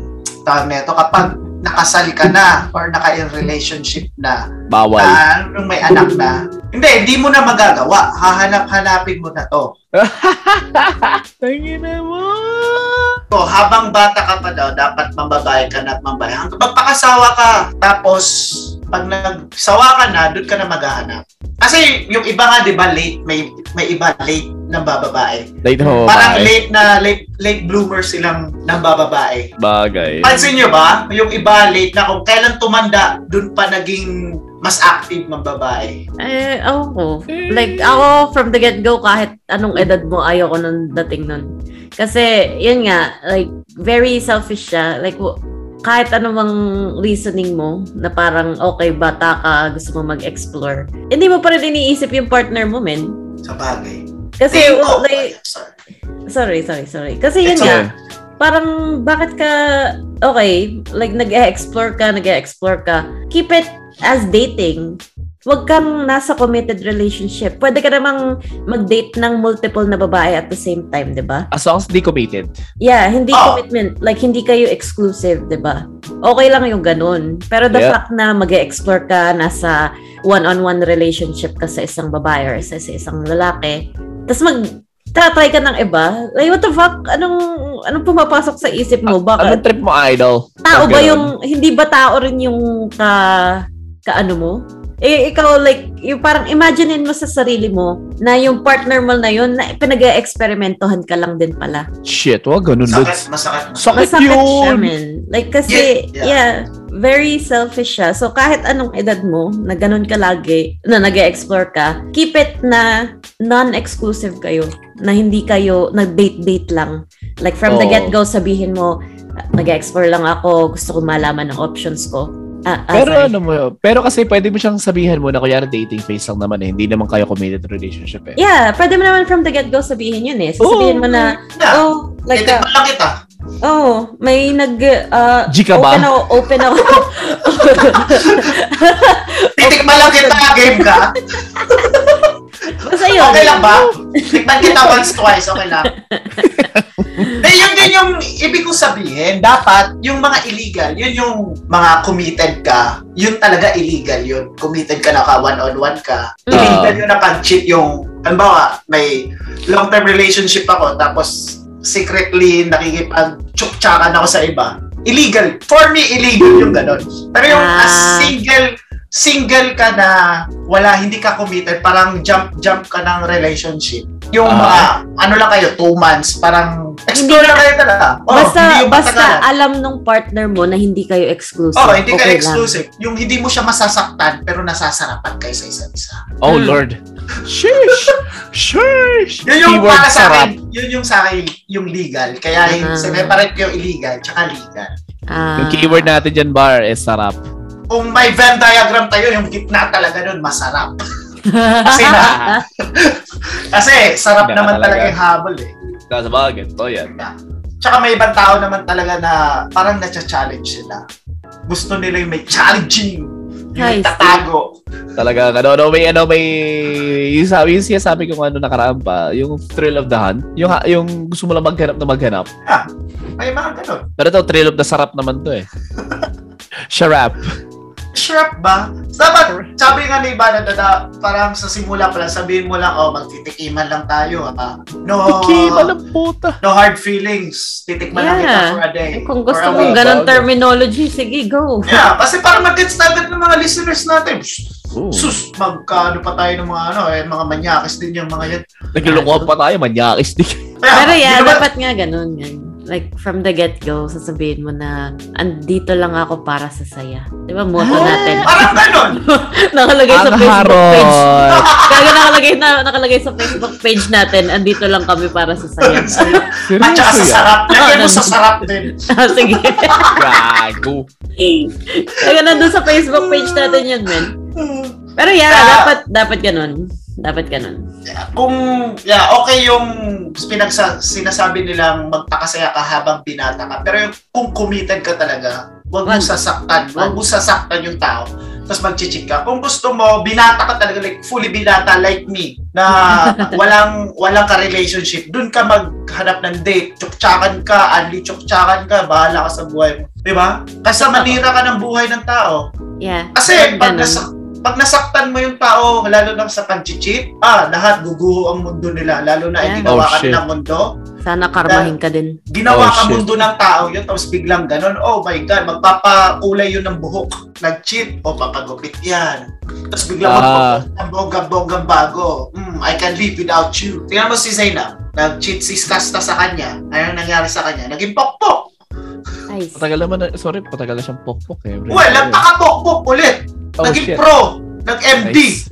Speaker 1: tawag na ito, kapag nakasal ka na or naka-relationship na,
Speaker 2: Bawal.
Speaker 1: na nung may anak na, hindi, hindi mo na magagawa. Hahanap-hanapin mo na to.
Speaker 2: Tangin na mo!
Speaker 1: So, habang bata ka pa daw, dapat mambabae ka na at mambabae. Hanggang magpakasawa ka, tapos pag nagsawa ka na, doon ka na maghahanap. Kasi yung iba nga, di ba, late, may, may iba late ng bababae.
Speaker 2: Late ho,
Speaker 1: Parang
Speaker 2: bae.
Speaker 1: late na, late, late bloomer silang ng bababae.
Speaker 2: Bagay.
Speaker 1: Pansin nyo ba, yung iba late na kung kailan tumanda, doon pa naging mas active ng babae.
Speaker 3: Eh, oo. Like, ako from the get-go, kahit anong edad mo, ayoko nung dating nun. Kasi, yun nga, like, very selfish siya. Like, w- kahit anumang reasoning mo na parang, okay, bata ka, gusto mo mag-explore, hindi mo pa rin iniisip yung partner mo, men.
Speaker 1: Sa bagay.
Speaker 3: Kasi,
Speaker 1: Hindi, oh,
Speaker 3: well, like,
Speaker 1: sorry.
Speaker 3: sorry, sorry, sorry. Kasi yun
Speaker 1: It's
Speaker 3: nga,
Speaker 1: okay.
Speaker 3: parang bakit ka okay, like nag-explore ka, nag-explore ka. Keep it as dating. Huwag kang nasa committed relationship. Pwede ka namang mag-date ng multiple na babae at the same time, 'di ba?
Speaker 2: As long as di committed.
Speaker 3: Yeah, hindi
Speaker 1: Oh.
Speaker 2: Ah.
Speaker 3: commitment, like hindi kayo exclusive, 'di ba? Okay lang yung ganun. Pero the
Speaker 2: Yeah.
Speaker 3: fact na mag-explore ka nasa one-on-one relationship ka sa isang babae or sa, sa isang lalaki, tapos mag tatry ka ng iba, like what the fuck? Anong anong pumapasok sa isip mo?
Speaker 2: Ah,
Speaker 3: Bakit?
Speaker 2: Anong trip mo, idol?
Speaker 3: tao
Speaker 2: Parang
Speaker 3: ba
Speaker 2: ganun.
Speaker 3: yung hindi ba tao rin yung ka ka ano mo? Eh, ikaw like yung parang imaginein mo sa sarili mo na yung partner mo na yun na pinag-experimentohan ka lang din pala.
Speaker 2: Shit, wag ganun,
Speaker 1: Masakit,
Speaker 2: Lods.
Speaker 1: masakit.
Speaker 3: Masakit
Speaker 2: Sakit.
Speaker 3: siya,
Speaker 2: yun.
Speaker 3: man. Like, kasi,
Speaker 1: Yeah,
Speaker 3: yeah. very selfish siya. So, kahit anong edad mo, na ganun ka lagi, na nag explore ka, keep it na non-exclusive kayo. Na hindi kayo, nag-date-date lang. Like, from the
Speaker 2: Oo.
Speaker 3: get-go, sabihin mo, nag explore lang ako, gusto ko malaman ang options ko. Ah, ah,
Speaker 2: Pero
Speaker 3: sorry.
Speaker 2: ano mo, pero kasi pwede mo siyang sabihan mo na kunyari dating phase lang naman eh, hindi naman kayo committed relationship eh.
Speaker 3: Yeah, pwede mo naman from the get-go sabihin yun eh. Sabihin mo na,
Speaker 1: Na,
Speaker 3: oh, like,
Speaker 1: Titignan lang kita.
Speaker 3: Oh, may nag ah,
Speaker 2: G ka ba?
Speaker 3: open ako, open
Speaker 1: *laughs*
Speaker 3: ako.
Speaker 1: Titikman lang kita, game ka.
Speaker 3: Basta yun.
Speaker 1: Okay lang
Speaker 3: *laughs*
Speaker 1: ba? Tikman kita once, twice, okay lang. Eh, yun din yung ibig kong sabihin. Dapat, yung mga illegal, yun yung mga committed ka, yun talaga illegal yun. Committed ka na ka, one-on-one ka.
Speaker 3: Mm.
Speaker 1: Illegal yun na pag-cheat yung, halimbawa, may long-term relationship ako, tapos secretly nakikipag-tsuktsaka ako sa iba. Illegal. For me, illegal yung ganun. Pero yung
Speaker 3: Ah.
Speaker 1: as single, single ka na wala, hindi ka committed, parang jump-jump ka ng relationship. Yung
Speaker 2: Ah.
Speaker 1: mga, ano lang kayo, two months, parang explore lang kayo talaga. Oh,
Speaker 3: basta,
Speaker 1: hindi yung
Speaker 3: basta
Speaker 1: matagalan.
Speaker 3: alam nung partner mo na hindi kayo exclusive.
Speaker 1: Oo, hindi kayo
Speaker 3: Okay lang.
Speaker 1: exclusive. Yung hindi mo siya masasaktan, pero nasasarapan kayo sa isa't isa.
Speaker 2: Oh
Speaker 3: Mm.
Speaker 2: lord. Sheesh! Sheesh!
Speaker 1: Yun yung
Speaker 2: Keyword
Speaker 1: para sa
Speaker 2: sarap. Mm-hmm.
Speaker 1: akin, yun yung sa akin, yung legal. Kaya yung
Speaker 3: Ah.
Speaker 1: separate yung illegal, tsaka legal.
Speaker 3: Ah.
Speaker 2: Yung keyword natin dyan, Bar, is sarap.
Speaker 1: Kung may Venn diagram tayo, yung gitna talaga nun,
Speaker 2: *laughs*
Speaker 1: masarap. Kasi na, *laughs* kasi sarap
Speaker 2: Gitna
Speaker 1: naman
Speaker 2: talaga.
Speaker 1: talaga yung habol eh.
Speaker 2: Nasa bagay, to yan.
Speaker 1: Tsaka may ibang tao naman talaga na parang nacha-challenge sila. Gusto nila yung may challenging, yung
Speaker 3: I see.
Speaker 1: tatago.
Speaker 2: Talaga, ano, ano, may, ano, may, yung sabi, yung sinasabi kong ano, nakaraan pa, yung thrill of the hunt, yung, ha- yung gusto mo lang maghanap na maghanap.
Speaker 1: May mga ganun.
Speaker 2: Pero ito, thrill of the sarap naman *laughs* to eh. Sharap.
Speaker 1: Shrap ba? Dapat, sabi nga ni Iba na dada, parang sa simula pa lang, sabihin mo lang, oh, magtitikiman lang tayo. Ha? No,
Speaker 2: Okay, malang puta.
Speaker 1: no hard feelings. Titikman lang kita
Speaker 3: Yeah. Eh,
Speaker 1: for a day.
Speaker 3: Kung
Speaker 1: or
Speaker 3: gusto
Speaker 1: a
Speaker 3: mong
Speaker 1: week.
Speaker 3: ganun terminology, sige, go.
Speaker 1: *laughs* Yeah, kasi parang mag-gets agad ng mga listeners natin.
Speaker 3: Hmm.
Speaker 2: Ooh.
Speaker 1: Sus, magkaano pa tayo ng mga ano, eh, mga manyakis din yung mga yan.
Speaker 2: Naglulukob pa tayo, manyakis di
Speaker 1: Kaya,
Speaker 3: Pero
Speaker 1: di
Speaker 3: yeah,
Speaker 1: naman-
Speaker 3: dapat nga ganun. yan. Like, from the get-go, sasabihin mo na, andito lang ako para sa saya. Di ba, motto
Speaker 2: Ah!
Speaker 3: natin. *laughs*
Speaker 1: Parang ganun.
Speaker 3: nakalagay sa
Speaker 2: Ang
Speaker 3: Facebook page.
Speaker 2: harot.
Speaker 3: Kaya nakalagay, na, nakalagay sa Facebook page natin, andito lang kami para sa saya.
Speaker 1: *laughs* At saka sa
Speaker 2: Seryoso yan.
Speaker 1: sarap. Lagyan mo
Speaker 3: Ah, *laughs*
Speaker 1: sa
Speaker 3: ganun.
Speaker 1: sarap din.
Speaker 3: Ah, sige.
Speaker 2: Gago.
Speaker 3: Kaya nandun sa Facebook page natin yun, men. Pero yeah,
Speaker 1: Ah.
Speaker 3: dapat, dapat ganun. Dapat ganun.
Speaker 1: Kung, yeah, okay yung pinagsa- sinasabi nilang magpakasaya ka habang binata ka. Pero yung, kung committed ka talaga, huwag mo
Speaker 3: Wag.
Speaker 1: sasaktan. Huwag mo sasaktan yung tao. tapos mag-cheat ka. Kung gusto mo, binata ka talaga, like fully binata like me, na walang walang ka-relationship, dun ka maghanap ng date, tsuktsakan ka, anli tsuktsakan ka, bahala ka sa buhay mo. Di ba? Kasi manira ka ng buhay ng tao.
Speaker 3: Yeah.
Speaker 1: Kasi pag,
Speaker 3: Ganun.
Speaker 1: nasa, pag nasaktan mo yung tao, lalo na sa pag-cheat, ah, lahat guguho ang mundo nila, lalo na yeah.
Speaker 3: Yeah.
Speaker 1: ginawa
Speaker 2: Oh,
Speaker 1: ka
Speaker 2: shit.
Speaker 1: ng mundo
Speaker 3: Sana karmahin ka din.
Speaker 1: ginawa
Speaker 2: Oh,
Speaker 1: ka
Speaker 2: shit.
Speaker 1: mundo ng tao yun, tapos biglang ganun, oh my God, magpapakulay yun ng buhok. Nag-cheat, o oh, papagupit yan. Tapos biglang
Speaker 2: Ah.
Speaker 1: magpapakulay ng bonggang-bonggang bago. Mm, I can live without you. Tingnan mo si Zainab, nag-cheat si Skasta sa kanya. Anong nangyari sa kanya? Naging pokpok.
Speaker 3: Nice.
Speaker 2: Patagal naman na, sorry, patagal na siyang pokpok eh. Bro.
Speaker 1: Well, nagpaka-pokpok ulit.
Speaker 2: Oh,
Speaker 1: Naging
Speaker 2: shit.
Speaker 1: pro. Nag-MD.
Speaker 2: Nice.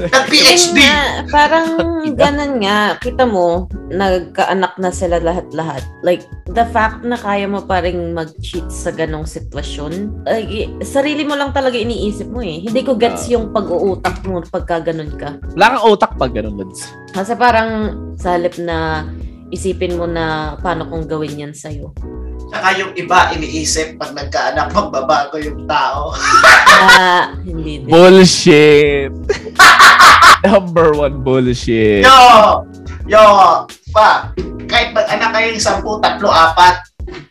Speaker 1: Nag-PhD.
Speaker 3: Yun nga, parang ganun nga, kita mo, nagkaanak na sila lahat-lahat. Like, the fact na kaya mo pa rin mag-cheat sa ganong sitwasyon, like, eh, sarili mo lang talaga iniisip mo eh. Hindi ko gets
Speaker 1: Ah.
Speaker 3: yung pag-uutak mo pagka ganun ka.
Speaker 2: Wala kang utak pag ganun, Lods.
Speaker 3: Kasi parang sa halip na isipin mo na paano kong gawin yan sa'yo.
Speaker 1: Saka yung iba iniisip pag nagkaanak, magbabago yung tao.
Speaker 3: Ah, hindi din.
Speaker 2: Bullshit! *laughs* Number one bullshit.
Speaker 1: Yo! Yo! Pa! Kahit mag-anak kayo yung sampu, tatlo, apat,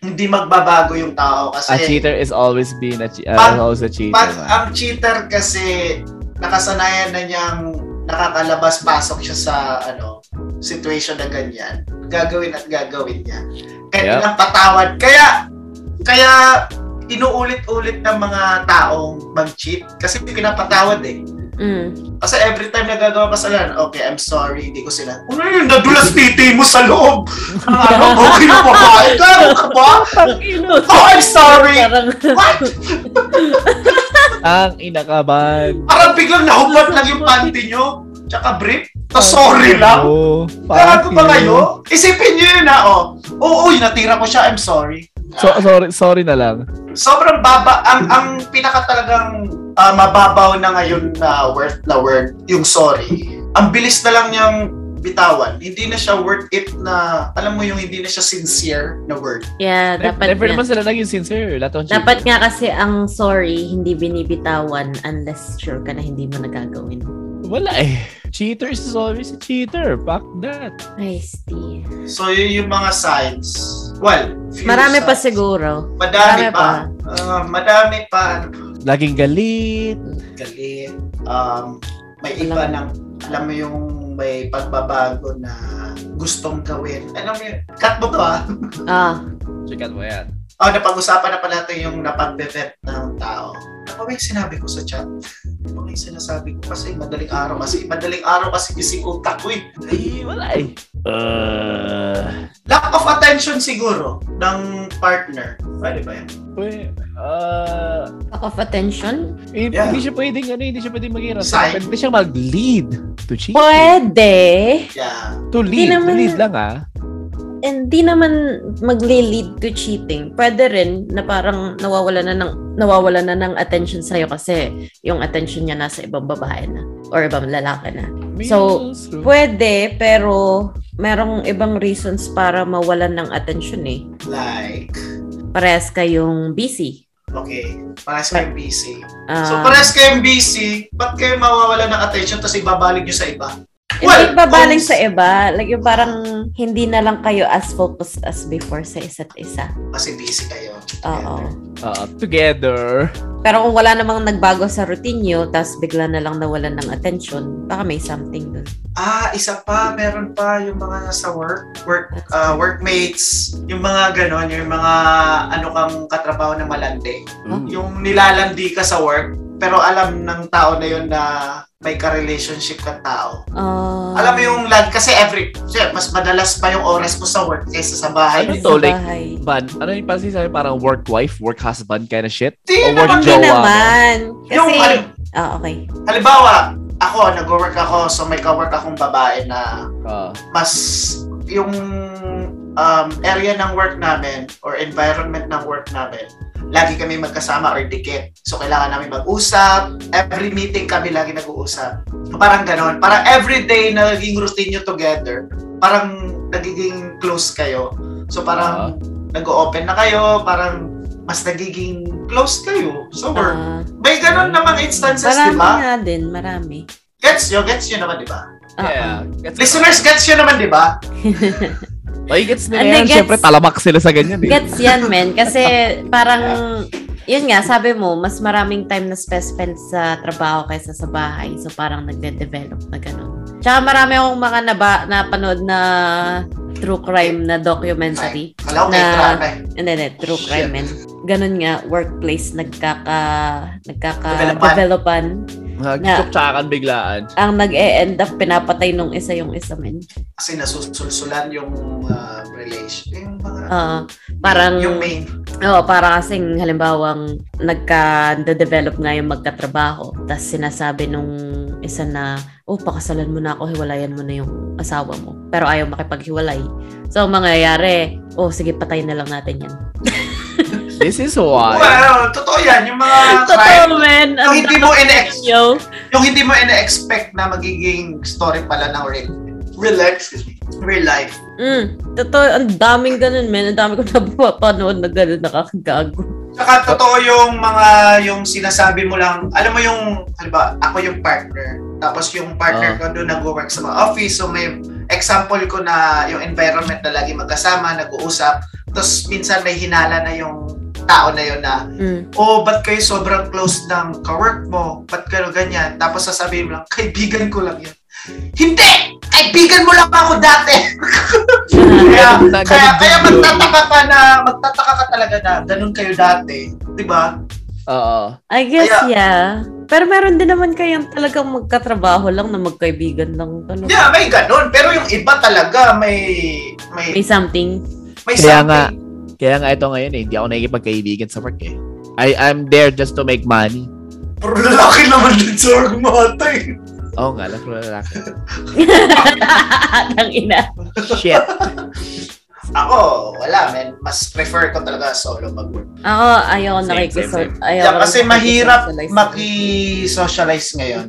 Speaker 1: hindi magbabago yung tao kasi
Speaker 2: A Ah, cheater is always been a, che- uh,
Speaker 1: Pag-
Speaker 2: is always a cheater.
Speaker 1: pag
Speaker 2: man.
Speaker 1: ang cheater kasi nakasanayan na niyang nakakalabas pasok siya sa ano situation na ganyan gagawin at gagawin niya
Speaker 2: Yep.
Speaker 1: kaya yep. patawad kaya kaya inuulit-ulit ng mga taong mag-cheat kasi pinapatawad eh
Speaker 3: Mm.
Speaker 1: kasi every time nagagawa kasalanan, okay, I'm sorry, hindi ko sila. Ano yun, nadulas titi mo sa loob! Ano, okay na ba ba? Ano ka ba? Oh, I'm sorry!
Speaker 3: Parang, *laughs*
Speaker 1: What?
Speaker 2: Ang inakaban.
Speaker 1: Parang biglang nahubat lang yung panty nyo. Tsaka brief. Tapos sorry lang.
Speaker 2: Oh,
Speaker 1: Gago
Speaker 2: fuck
Speaker 1: ba
Speaker 2: you.
Speaker 1: kayo? Isipin nyo yun ah, oh. Oo, uy, natira ko siya. I'm sorry.
Speaker 2: So, sorry, sorry na lang.
Speaker 1: Sobrang baba. Ang, ang pinaka talagang ah, mababaw na ngayon na worth na word, yung sorry. Ang bilis na lang niyang bitawan. Hindi na siya worth it na, alam mo yung hindi na siya sincere na word.
Speaker 3: yeah, dapat
Speaker 2: Never
Speaker 3: nga.
Speaker 2: naman sila naging sincere. Lahat ng cheater.
Speaker 3: Dapat nga kasi ang sorry hindi binibitawan unless sure ka na hindi mo nagagawin.
Speaker 2: Wala eh. Cheater is always a cheater. Fuck that.
Speaker 3: Ay, Steve.
Speaker 1: So, yun yung mga signs. Well, few
Speaker 3: Marami pa
Speaker 1: signs.
Speaker 3: siguro.
Speaker 1: Madami,
Speaker 3: Marami
Speaker 1: pa.
Speaker 3: pa.
Speaker 1: Ah, madami pa.
Speaker 2: Laging galit.
Speaker 1: galit. Um, may
Speaker 3: Alam
Speaker 1: iba
Speaker 3: mo.
Speaker 1: ng, alam mo yung may pagbabago na gustong gawin. Alam mo yun, cut mo to ah.
Speaker 3: Ah,
Speaker 2: Chekan mo yan.
Speaker 1: Oh, napag-usapan na pala natin yung napag-vet ng tao. Ano ba yung sinabi ko sa chat? Ano ba yung sinasabi ko? Kasi madaling araw kasi, madaling araw kasi gising utak ko eh.
Speaker 2: Ay, wala eh. Uh,
Speaker 1: Lack of attention siguro ng partner. Pwede ba yan?
Speaker 2: pwe, uh,
Speaker 3: lack of attention?
Speaker 2: eh,
Speaker 1: Yeah.
Speaker 2: Hindi siya pwedeng, ano, hindi siya pwedeng maging
Speaker 1: Sign.
Speaker 2: rasa. Pwede siya mag-lead to cheat.
Speaker 3: Pwede.
Speaker 1: Yeah.
Speaker 2: To lead.
Speaker 3: naman-
Speaker 2: To lead lang ah.
Speaker 3: Hindi naman magle-lead to cheating. Pwede rin na parang nawawala na ng nawawala na ng attention sa'yo kasi yung attention niya nasa ibang babae na or ibang lalaki na. So, Pwede, pero merong ibang reasons para mawalan ng attention eh.
Speaker 1: Like,
Speaker 3: Parehas kayong busy.
Speaker 1: okay, parehas kayong busy.
Speaker 3: Ah,
Speaker 1: So, parehas kayong busy, ba't kayo mawawala ng attention tapos ibabalik nyo sa iba?
Speaker 3: Well, babaling
Speaker 1: kung-
Speaker 3: sa iba. Like, yung parang hindi na lang kayo as focused as before sa isa't isa.
Speaker 1: kasi busy kayo.
Speaker 3: Oo.
Speaker 2: uh, together.
Speaker 3: Pero kung wala namang nagbago sa routine nyo, tapos bigla na lang nawalan ng attention, baka may something dun.
Speaker 1: Ah, isa pa, meron pa yung mga nasa work, work ah, workmates, yung mga ganon, yung mga ano kang katrabaho na malandi.
Speaker 2: Ooh.
Speaker 1: Yung nilalandi ka sa work, pero alam ng tao na yun na may ka-relationship kang tao.
Speaker 3: Ah,
Speaker 1: Alam mo yung land, kasi every, syempre, mas madalas pa yung oras mo sa work kaysa sa bahay.
Speaker 2: Ano
Speaker 3: sa
Speaker 2: to, like,
Speaker 3: bahay.
Speaker 2: Ban, ano yung parang sinasabi? Parang work wife, work husband kind of shit?
Speaker 1: Di
Speaker 2: Or
Speaker 1: naman
Speaker 2: work
Speaker 3: Hindi
Speaker 2: jowa?
Speaker 3: naman.
Speaker 1: Yung,
Speaker 3: Kasi,
Speaker 1: ano,
Speaker 3: ah, okay.
Speaker 1: halimbawa, ako, nag-work ako, so may ka-work akong babae na
Speaker 2: Ah,
Speaker 1: mas yung um, area ng work namin or environment ng work namin, lagi kami magkasama or dikit. So, kailangan namin mag-usap. Every meeting kami lagi nag-uusap. Parang ganon. Parang everyday na naging routine nyo together. Parang nagiging close kayo. So, parang nag-open na kayo. Parang mas nagiging close kayo sa work.
Speaker 3: Ah,
Speaker 1: May ganun namang instances, di
Speaker 3: marami
Speaker 1: ba?
Speaker 3: nga din, marami. Ah,
Speaker 1: Gets nyo, gets nyo naman, di ba?
Speaker 3: Oo.
Speaker 2: Yeah. Gets,
Speaker 1: Listeners, gets nyo naman, di ba?
Speaker 2: Ay, gets nila
Speaker 3: Hindi, Ano,
Speaker 2: yan.
Speaker 3: gets-
Speaker 2: Siyempre, talamak sila sa ganyan eh.
Speaker 3: Gets yan, men. Kasi parang, yun nga, sabi mo, mas maraming time na spe- spend sa trabaho kaysa sa bahay. So parang nagde-develop na ganun. Tsaka marami akong mga naba, napanood na true crime na documentary.
Speaker 1: Kala ko kayo
Speaker 3: Na-
Speaker 1: trama eh.
Speaker 3: And then, eh, true
Speaker 1: Shit.
Speaker 3: crime, men. Ganun nga, workplace, nagkaka,
Speaker 1: Developan.
Speaker 3: nagkaka-developan.
Speaker 2: Nagkuksakan biglaan.
Speaker 3: Ang nag-e-end up, pinapatay nung isa yung isa, men.
Speaker 1: Kasi nasusulsulan yung ah, relation. Yung mga...
Speaker 3: Ah, parang,
Speaker 1: Yung main.
Speaker 3: Oo, para kasing halimbawang nagka-develop nga yung magkatrabaho, tapos sinasabi nung isa na, oh, pakasalan mo na ako, hiwalayan mo na yung asawa mo. Pero ayaw makipaghiwalay. So, ang mangyayari, oh, sige, patayin na lang natin yan.
Speaker 2: This is why.
Speaker 1: Wow, totoo yan. Yung mga crime.
Speaker 3: Totoo, man!
Speaker 1: Yung
Speaker 3: Ang
Speaker 1: hindi mo in
Speaker 3: yo!
Speaker 1: yung hindi mo ina-expect na magiging story pala ng real, real life, excuse me, real life.
Speaker 3: Mm, totoo, ang daming ganun, man. Ang dami ko napapanood na ganun, nakakagago.
Speaker 1: Saka totoo yung mga, yung sinasabi mo lang, alam mo yung, halimbawa, ako yung partner, tapos yung partner
Speaker 2: Ah.
Speaker 1: ko doon nag-work sa mga office, so may example ko na yung environment na lagi magkasama, nag-uusap, tapos minsan may hinala na yung tao na yun na,
Speaker 3: Mm.
Speaker 1: oh, ba't kayo sobrang close ng kawork mo? Ba't kayo ganyan? Tapos sasabihin mo lang, kaibigan ko lang yun. Hindi! Kaibigan mo lang ako dati! Kaya,
Speaker 2: Ganun-
Speaker 1: kaya,
Speaker 2: ganun
Speaker 1: kaya
Speaker 2: din yun.
Speaker 1: magtataka ka na, magtataka ka talaga na, ganun kayo dati. Di ba?
Speaker 2: Oo.
Speaker 3: I guess,
Speaker 1: Kaya-
Speaker 3: yeah. Pero meron din naman kayang talagang magkatrabaho lang na magkaibigan lang. Talaga.
Speaker 1: Yeah, may ganun. Pero yung iba talaga, may, may,
Speaker 3: May something.
Speaker 1: may
Speaker 2: Kaya
Speaker 1: something.
Speaker 2: nga, kaya nga ito ngayon eh, hindi ako nakikipagkaibigan sa work eh. I, I'm there just to make money.
Speaker 1: Puro lalaki naman din sa orgmatay.
Speaker 2: Oo nga, lang lalaki. *laughs*
Speaker 3: Ang ina.
Speaker 2: Shit.
Speaker 1: Ako, wala men. Mas prefer ko talaga solo mag-work.
Speaker 3: Ako, ayaw ko
Speaker 2: Same,
Speaker 3: nakikisol.
Speaker 2: same,
Speaker 3: Ayaw
Speaker 1: Yeah,
Speaker 3: ko
Speaker 1: kasi mahirap
Speaker 3: nakikisocialize.
Speaker 1: maki-socialize ngayon.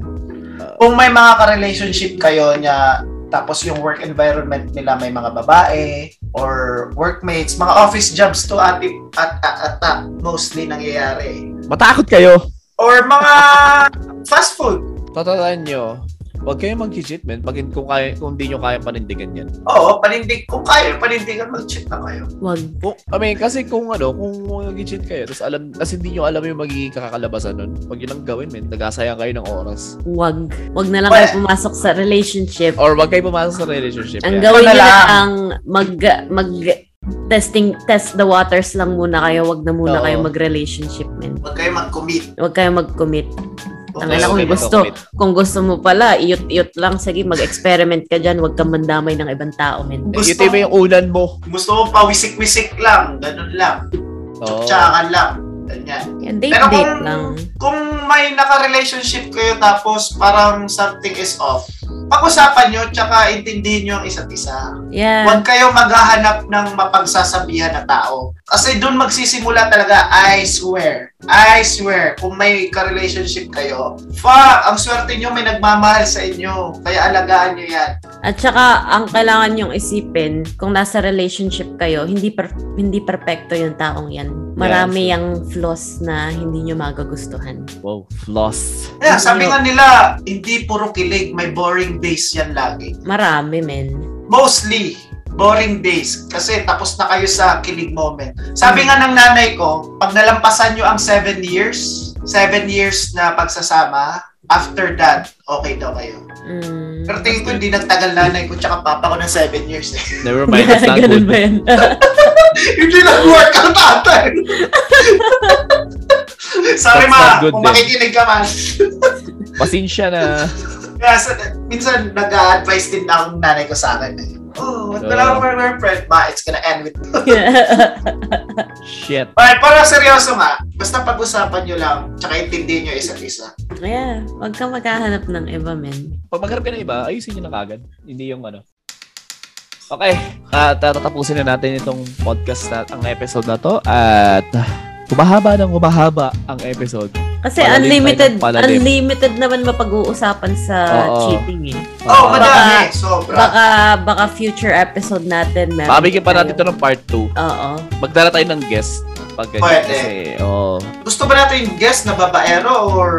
Speaker 1: Kung may mga ka-relationship kayo niya, tapos yung work environment nila may mga babae or workmates, mga office jobs to at at, at, at, at mostly nangyayari.
Speaker 2: Matakot kayo.
Speaker 1: Or mga *laughs* fast food.
Speaker 2: Totoo nyo, huwag kayong mag-cheat, man. Pag kung, kaya, kung di nyo kaya panindigan yan.
Speaker 1: Oo, panindig. Kung kayo, panindigan, mag-check na kayo.
Speaker 3: Wag.
Speaker 2: Kung, I mean, kasi kung ano, kung mag-cheat kayo, tapos alam, tapos hindi nyo alam yung magiging kakakalabasan nun, pag yun ang gawin, man, nagasayang kayo ng oras.
Speaker 3: Wag. Wag na lang
Speaker 1: Wala.
Speaker 3: kayo pumasok sa relationship.
Speaker 2: Or huwag kayo pumasok sa relationship.
Speaker 3: Ang
Speaker 2: yan.
Speaker 3: gawin
Speaker 1: Wala
Speaker 3: nyo
Speaker 1: lang.
Speaker 3: lang ang mag, mag testing test the waters lang muna kayo. Wag na muna
Speaker 2: Oo.
Speaker 3: kayo mag-relationship, men.
Speaker 1: Huwag kayo mag-commit.
Speaker 3: Wag kayo mag-commit. Ang
Speaker 2: Huwag
Speaker 3: alam ko
Speaker 2: kayo
Speaker 3: gusto.
Speaker 2: mag-commit.
Speaker 3: Kung gusto mo pala, iyot-iyot lang. Sige, mag-experiment ka dyan. Wag kang mandamay ng ibang tao, men.
Speaker 1: Gusto-
Speaker 2: Gusto. Eh, Ito yung ulan mo.
Speaker 1: Gusto mo pawisik-wisik lang, ganun lang,
Speaker 2: Oo.
Speaker 1: tsakan lang, ganyan.
Speaker 3: Yan,
Speaker 1: Pero kung-
Speaker 3: date-date lang.
Speaker 1: kung may naka-relationship kayo tapos parang something is off, pag-usapan nyo tsaka intindihin nyo ang isa't
Speaker 3: Hmm.
Speaker 1: isa.
Speaker 3: Yeah.
Speaker 1: Huwag kayo maghahanap ng mapagsasabihan na tao. Kasi doon magsisimula talaga, I swear, I swear, kung may ka-relationship kayo, fuck, ang swerte nyo may nagmamahal sa inyo, kaya alagaan nyo yan.
Speaker 3: At saka, ang kailangan niyong isipin, kung nasa relationship kayo, hindi per- hindi perfecto yung taong yan. Marami
Speaker 2: Yeah,
Speaker 3: yung flaws na hindi niyo magagustuhan.
Speaker 2: Oh, Wow, floss.
Speaker 1: Kaya sabi nga nila, hindi puro kilig, may boring days yan lagi.
Speaker 3: Marami, men.
Speaker 1: mostly boring days kasi tapos na kayo sa kilig moment. Sabi nga ng nanay ko, pag nalampasan nyo ang 7 years, 7 years na pagsasama, after that, okay daw kayo.
Speaker 3: Mm.
Speaker 1: Pero
Speaker 3: *laughs*
Speaker 1: tingin ko hindi nagtagal nanay ko tsaka papa ko ng 7 years eh. *laughs*
Speaker 3: *laughs*
Speaker 2: Never mind, it's not
Speaker 3: Ganun
Speaker 2: good.
Speaker 3: ba yan?
Speaker 1: hindi nag-work ang tatay! *laughs* Sorry
Speaker 2: That's not
Speaker 1: ma,
Speaker 2: good
Speaker 1: kung
Speaker 2: then.
Speaker 1: makikinig ka man.
Speaker 2: Pasensya na.
Speaker 1: Kaya sa, minsan nag-advise din ang nanay ko sa akin. eh. Oh, wag mo lang
Speaker 2: Oh.
Speaker 1: ako girlfriend ma, it's gonna end with
Speaker 2: Shit.
Speaker 1: Alright, para seryoso nga, basta pag-usapan nyo lang, tsaka intindihin nyo isa't isa.
Speaker 3: *laughs* yeah. Huwag kang maghahanap ng iba, men.
Speaker 2: Pag magharap ka na iba, ayusin nyo na kagad. Hindi yung ano. Okay, at uh, tatapusin na natin itong podcast na ang episode na to at uh, humahaba ng humahaba ang episode.
Speaker 3: Kasi
Speaker 2: Palalim
Speaker 3: unlimited,
Speaker 2: tayo ng palalim.
Speaker 3: unlimited naman mapag-uusapan sa
Speaker 2: Oo.
Speaker 3: cheating, eh.
Speaker 1: Oo, oh,
Speaker 2: Uh,
Speaker 1: madami. Sobra.
Speaker 3: Baka, baka future episode natin, meron.
Speaker 2: Pabigyan pa
Speaker 3: tayo.
Speaker 2: *laughs* natin ito ng part 2.
Speaker 3: Oo.
Speaker 2: Magdala tayo ng guest Pag ganyan
Speaker 1: Pwede.
Speaker 2: kasi, oo.
Speaker 1: Gusto ba natin guest na babaero or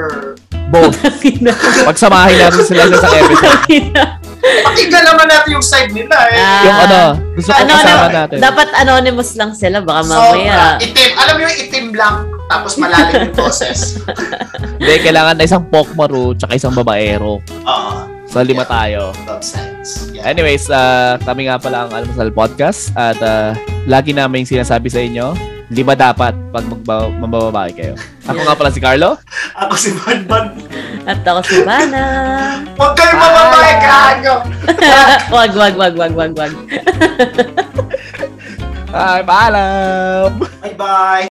Speaker 2: Both. Pagsamahin natin sila sa isang episode.
Speaker 1: pakinggan naman natin yung side nila eh.
Speaker 3: Ah,
Speaker 2: Yung ano, gusto ko
Speaker 1: Ano, ano,
Speaker 2: kasama natin.
Speaker 3: Dapat anonymous lang sila, baka
Speaker 1: Sobra.
Speaker 3: Ah, mamaya.
Speaker 1: Itim. Alam mo yung itim lang tapos malalim yung boses.
Speaker 2: Hindi, kailangan na isang pokmaru tsaka isang babaero.
Speaker 1: Oo.
Speaker 2: So, lima
Speaker 1: Yeah.
Speaker 2: tayo.
Speaker 1: love science. Yeah.
Speaker 2: Anyways, ah, kami nga pala ang Almasal Podcast at ah, lagi namin sinasabi sa inyo, lima dapat pag magba- mambababae kayo. Ako nga pala si Carlo.
Speaker 1: Ako si Badman.
Speaker 3: At ako si Bana. *laughs*
Speaker 1: Huwag kayong mababae,
Speaker 2: Ah.
Speaker 1: kahan nyo.
Speaker 3: wag, wag, wag, wag, wag, wag.
Speaker 2: Ay, paalam!
Speaker 1: Bye-bye.